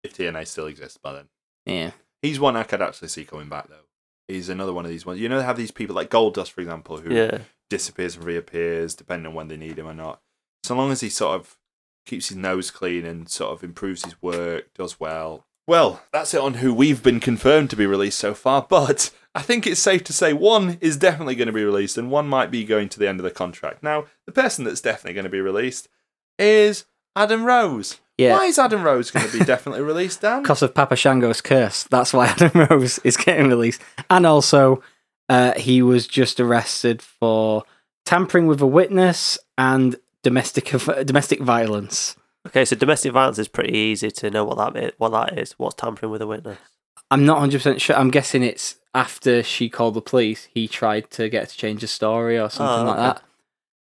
Speaker 2: If TNA still exists by then,
Speaker 4: Yeah,
Speaker 2: he's one I could actually see coming back though. He's another one of these ones. You know, they have these people like Goldust, for example, who
Speaker 3: Yeah,
Speaker 2: disappears and reappears depending on when they need him or not. So long as he sort of keeps his nose clean and sort of improves his work, does well. Well, that's it on who we've been confirmed to be released so far, [laughs] but I think it's safe to say one is definitely going to be released and one might be going to the end of the contract. Now, the person that's definitely going to be released is Adam Rose.
Speaker 4: yeah.
Speaker 2: Why is Adam Rose going to be definitely released,
Speaker 4: [laughs]
Speaker 2: Dan?
Speaker 4: because of Papa Shango's curse. That's why [laughs] Adam Rose is getting released. And also, uh, he was just arrested for tampering with a witness and domestic [laughs] domestic violence.
Speaker 3: Okay, so domestic violence is pretty easy to know what that is, what that is. What's tampering with a witness?
Speaker 4: I'm not 100% sure. I'm guessing it's after she called the police, he tried to get her to change the story or something
Speaker 3: Oh,
Speaker 4: like
Speaker 3: okay.
Speaker 4: that.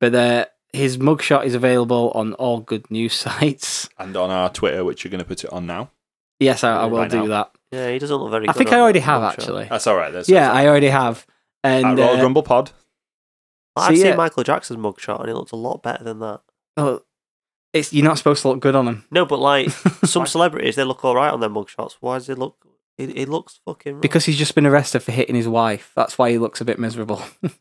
Speaker 4: But uh, his mugshot is available on all good news [laughs] sites.
Speaker 2: And on our Twitter, which you're going to put it on now.
Speaker 4: Yes, I, I will
Speaker 2: Right
Speaker 4: do
Speaker 2: now.
Speaker 4: that.
Speaker 3: Yeah, he doesn't look very.
Speaker 4: I
Speaker 3: good
Speaker 4: think
Speaker 3: on
Speaker 4: I
Speaker 3: that
Speaker 4: already have,
Speaker 3: one shot.
Speaker 4: actually.
Speaker 2: That's all right. That's
Speaker 4: Yeah, I already have.
Speaker 2: At
Speaker 4: And
Speaker 2: Royal
Speaker 4: uh,
Speaker 2: Rumble Pod.
Speaker 3: I've
Speaker 4: See,
Speaker 3: seen
Speaker 4: yeah.
Speaker 3: Michael Jackson's mugshot, and it looked a lot better than that.
Speaker 4: oh, it's, you're not supposed to look good on him.
Speaker 3: No, but
Speaker 4: [laughs]
Speaker 3: like some
Speaker 2: Why-
Speaker 3: celebrities, they look all right on their mugshots. Why does it look? It, it looks fucking. Wrong.
Speaker 4: Because he's just been arrested for hitting his wife. That's why he looks a bit miserable. [laughs]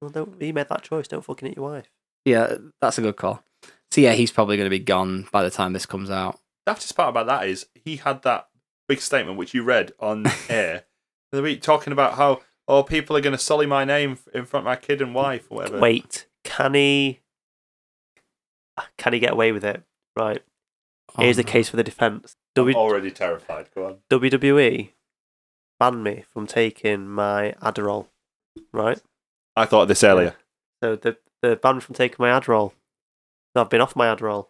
Speaker 3: Well, don't, he made that choice. Don't fucking hit your wife.
Speaker 4: yeah, that's a good call. So yeah, he's probably going to be gone by the time this comes out.
Speaker 2: the daftest part about that is he had that big statement which you read on air the other week talking about how oh people are going to sully my name in front of my kid and wife or whatever.
Speaker 3: Wait, can he? Can he get away with it? Right. Here's the
Speaker 4: Um,
Speaker 3: case for the defense.
Speaker 2: I'm
Speaker 3: W-
Speaker 2: already terrified. Go on.
Speaker 3: WWE banned me from taking my Adderall. Right.
Speaker 2: I thought of this earlier.
Speaker 3: So the the ban from taking my Adderall. So I've been off my Adderall, E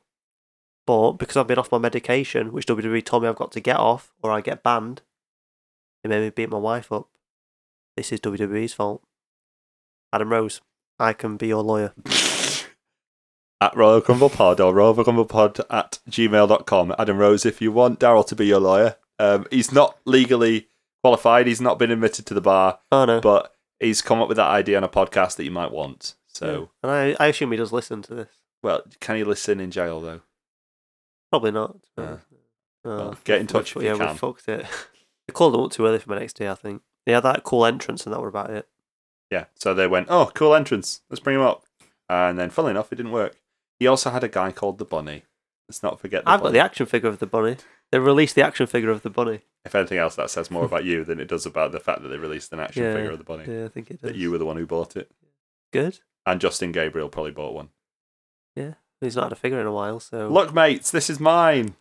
Speaker 3: but because I've been off my medication, which WWE told me I've got to get off, or I get banned. It made me beat my wife up. This is WWE's fault. Adam Rose, I can be your lawyer.
Speaker 2: at Royal Crumble Pod or Royal Crumble Pod at gmail.com. Adam Rose, if you want Daryl to be your lawyer, um, he's not legally qualified. He's not been admitted to the bar,
Speaker 3: Oh no.
Speaker 2: but he's come up with that idea on a podcast that you might want. So,
Speaker 3: And I, I assume he does listen to this.
Speaker 2: well, can he listen in jail though?
Speaker 3: Probably not. but-
Speaker 2: Uh,
Speaker 3: Oh,
Speaker 2: well, get in touch
Speaker 3: we-
Speaker 2: if you
Speaker 3: yeah,
Speaker 2: can.
Speaker 3: we fucked it. [laughs] they called them up too early for my next day, I think. They had that cool entrance and that were about it.
Speaker 2: Yeah. So they went, oh, cool entrance. Let's bring him up. And then, funnily enough, it didn't work. He also had a guy called the Bunny. Let's not forget. The
Speaker 3: I've got
Speaker 2: bunny.
Speaker 3: the action figure of the bunny. They released the action figure of the bunny.
Speaker 2: If anything else, that says more about you than it does about the fact that they released an action
Speaker 3: Yeah,
Speaker 2: figure of the Bunny.
Speaker 3: Yeah, I think it
Speaker 2: That
Speaker 3: does.
Speaker 2: you were the one who bought it,
Speaker 3: Good.
Speaker 2: and Justin Gabriel probably bought one.
Speaker 3: He's not had a figure in a while, so
Speaker 2: Look, mates, this is mine.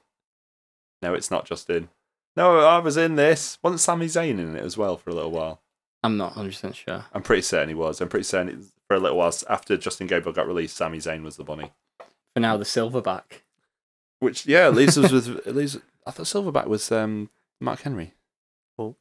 Speaker 2: No, it's not Justin. No, I was in this. Wasn't Sami Zayn in it as well for a little while?
Speaker 4: I'm not 100% sure.
Speaker 2: I'm pretty certain he was. I'm pretty certain it, for a little while after Justin Gabriel got released, Sami Zayn was the bunny.
Speaker 4: For now, the silverback.
Speaker 2: Which yeah, leaves us with [laughs] it leaves. I thought Silverback was um, Mark Henry.
Speaker 3: Oh.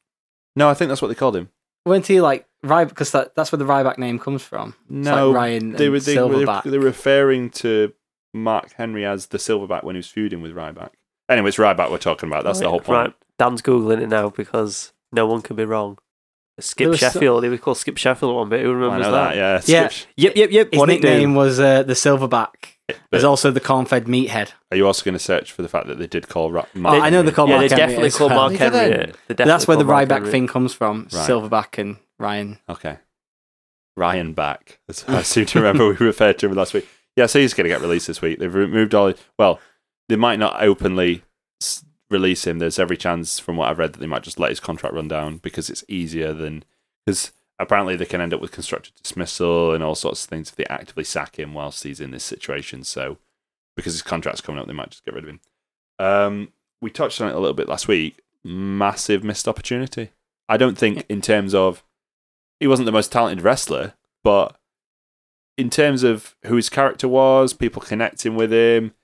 Speaker 2: No, I think that's what they called him.
Speaker 4: Weren't he like Ryback? Because that, that's where the Ryback name comes from. It's
Speaker 2: No,
Speaker 4: like Ryan
Speaker 2: they
Speaker 4: and
Speaker 2: were they, were
Speaker 4: Silverback.
Speaker 2: they were referring to Mark Henry as the Silverback when he was feuding with Ryback. Anyway, it's Ryback we're talking about.
Speaker 4: Oh,
Speaker 2: That's the whole point.
Speaker 3: Right. Dan's googling it now because no one can be wrong.
Speaker 4: There
Speaker 3: Skip
Speaker 4: was so-
Speaker 3: Sheffield. He was called Skip Sheffield one bit. Who
Speaker 2: I
Speaker 3: remembers
Speaker 2: know that.
Speaker 3: that?
Speaker 2: Yeah,
Speaker 4: Yeah.
Speaker 2: Skip-
Speaker 3: Yep, yep, yep.
Speaker 4: His
Speaker 3: What it
Speaker 4: nickname
Speaker 3: do?
Speaker 4: was uh, the silverback. There's
Speaker 2: But
Speaker 4: also the corn-fed meathead.
Speaker 2: are you also going to search for the fact that they did call Ra- Mark?
Speaker 4: Oh, I know
Speaker 2: Henry?
Speaker 4: the call
Speaker 3: Yeah,
Speaker 4: Mark
Speaker 3: they
Speaker 4: Henry
Speaker 3: definitely
Speaker 4: as
Speaker 3: called
Speaker 4: well.
Speaker 3: Mark
Speaker 2: Look
Speaker 3: Henry.
Speaker 2: at
Speaker 3: it.
Speaker 2: them.
Speaker 3: They definitely
Speaker 4: That's where the
Speaker 3: called Mark
Speaker 4: Ryback
Speaker 3: Henry it.
Speaker 4: thing comes from.
Speaker 2: Right.
Speaker 4: Silverback and Ryan.
Speaker 2: Okay. Ryan back. That's- I seem to remember we referred to him last week. Yeah, so he's going to get released this week. They've removed all. Well, they might not openly s- release him. There's every chance, from what I've read, that they might just let his contract run down because it's easier than because apparently they can end up with constructive dismissal and all sorts of things if they actively sack him whilst he's in this situation. So because his contract's coming up, they might just get rid of him. Um, we touched on it a little bit last week. Massive missed opportunity. I don't think in terms of he wasn't the most talented wrestler, but in terms of who his character was, people connecting with him,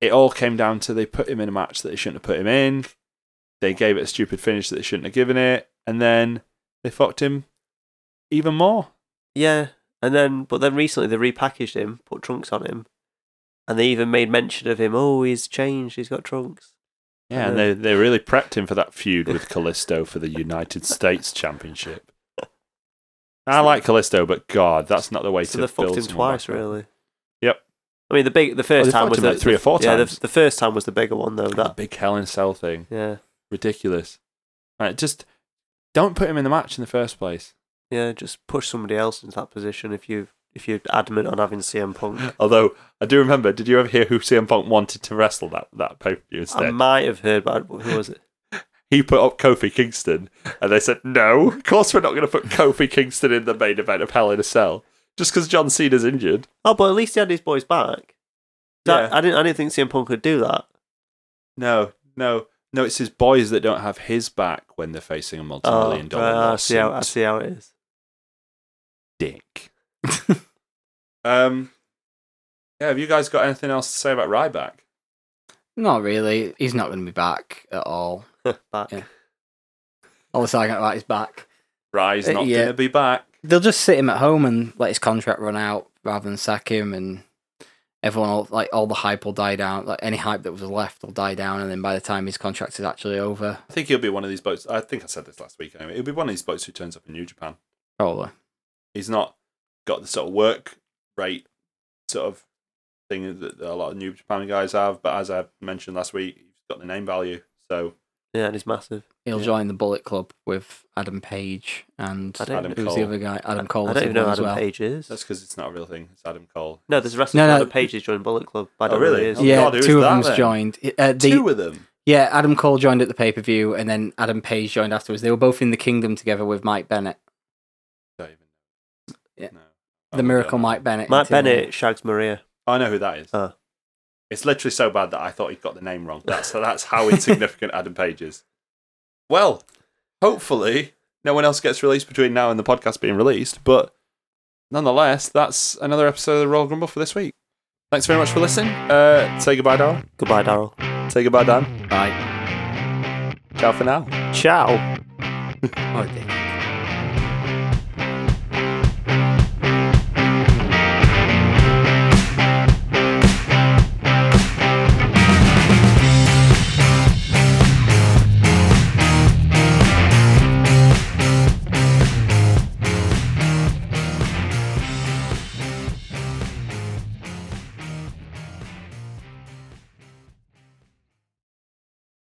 Speaker 2: it all came down to they put him in a match that they shouldn't have put him in. They gave it a stupid finish that they shouldn't have given it, and then they fucked him even more.
Speaker 3: Yeah, and then but then recently they repackaged him, put trunks on him, and they even made mention of him. Oh, he's changed. He's got trunks.
Speaker 2: Yeah, and they, they really prepped him for that feud with Callisto for the United States
Speaker 3: [laughs]
Speaker 2: Championship. I like Callisto, but God, that's not the way to
Speaker 3: So they fucked
Speaker 2: build
Speaker 3: him
Speaker 2: someone
Speaker 3: twice,
Speaker 2: back up.
Speaker 3: really.
Speaker 2: Yep.
Speaker 3: I mean, the big
Speaker 2: Oh,
Speaker 3: the first
Speaker 2: they
Speaker 3: time
Speaker 2: fucked
Speaker 3: was
Speaker 2: him
Speaker 3: the,
Speaker 2: like three or four
Speaker 3: yeah, the-
Speaker 2: times.
Speaker 3: The, first time was the bigger one though.
Speaker 2: That
Speaker 3: That
Speaker 2: big Hell in a Cell thing.
Speaker 3: yeah
Speaker 2: ridiculous. Right, just don't put him in the match in the first place.
Speaker 3: yeah just push somebody else into that position if you if you're adamant on having CM
Speaker 4: [laughs]
Speaker 3: Punk.
Speaker 2: Although I do remember, did you ever hear who CM Punk wanted to wrestle that that pay per view
Speaker 3: I
Speaker 2: instead?
Speaker 3: might have heard, but who was it?
Speaker 2: he put up Kofi Kingston, and they said, "No, of course we're not going to put Kofi Kingston in the main event of Hell in a Cell just because John Cena's injured."
Speaker 3: Oh, but at least he had his boys back. That, I didn't. I didn't think CM Punk could do that.
Speaker 2: No, no, no. It's his boys that don't have his back when they're facing a
Speaker 3: Oh,
Speaker 2: multi-million
Speaker 3: right,
Speaker 2: dollar
Speaker 3: I see how I
Speaker 2: lawsuit.
Speaker 3: see how it is. [laughs]
Speaker 2: dick. [laughs] um, yeah. Have you guys got anything else to say about Ryback?
Speaker 4: Not really. He's not going to be back at all.
Speaker 3: back.
Speaker 4: Yeah. All the argument about his back.
Speaker 2: Ry's
Speaker 4: Uh,
Speaker 2: not
Speaker 4: yeah.
Speaker 2: going to be back.
Speaker 4: They'll just sit him at home and let his contract run out rather than sack him and everyone will, like all the hype will die down. Like any hype that was left will die down and then by the time his contract is actually over,
Speaker 2: I think he'll be one of these blokes. I think I said this last week anyway. He'll be one of these blokes who turns up in New Japan.
Speaker 4: probably.
Speaker 2: He's not got the sort of work rate sort of thing that a lot of New Japan guys have, but as I mentioned last week, he's got the name value. So
Speaker 3: Yeah, and he's massive.
Speaker 4: He'll
Speaker 2: Yeah.
Speaker 4: join the Bullet Club with Adam Page and
Speaker 3: I don't
Speaker 2: Adam
Speaker 4: who's
Speaker 2: Cole.
Speaker 4: the other guy? Adam Cole.
Speaker 3: I
Speaker 4: was
Speaker 3: don't
Speaker 4: in
Speaker 3: even know
Speaker 4: one
Speaker 3: who
Speaker 4: as
Speaker 3: Adam
Speaker 4: well.
Speaker 3: Page is.
Speaker 2: that's because it's not a real thing. It's Adam Cole.
Speaker 3: No, there's wrestling.
Speaker 4: No, no.
Speaker 3: Adam Page has joined Bullet Club. But I
Speaker 2: Oh,
Speaker 3: don't know who
Speaker 2: really?
Speaker 3: it is.
Speaker 2: Oh,
Speaker 4: yeah,
Speaker 2: God, who's
Speaker 4: two of
Speaker 2: that
Speaker 4: them's
Speaker 2: then?
Speaker 4: joined. Uh, the,
Speaker 2: Two of them.
Speaker 4: Yeah, Adam Cole joined at the pay per view, and then Adam Page joined afterwards. They were both in the Kingdom together with Mike Bennett,
Speaker 2: Don't even know.
Speaker 4: Yeah.
Speaker 2: No.
Speaker 4: the Miracle Mike Bennett.
Speaker 3: Oh Mike
Speaker 4: in TNA.
Speaker 3: Bennett shags Maria.
Speaker 2: I know who that is.
Speaker 3: Oh.
Speaker 2: It's literally so bad that I thought he got the name wrong. That's that's how insignificant Adam Page is. Well, hopefully no one else gets released between now and the podcast being released, but nonetheless, that's another episode of the Royal Grumble for this week. Thanks very much for listening. Uh, say goodbye,
Speaker 4: [laughs]
Speaker 2: Darrell.
Speaker 3: Goodbye, Daryl.
Speaker 2: Say goodbye, Dan.
Speaker 4: Bye.
Speaker 2: Ciao for now.
Speaker 3: Ciao.
Speaker 4: Oh, dear.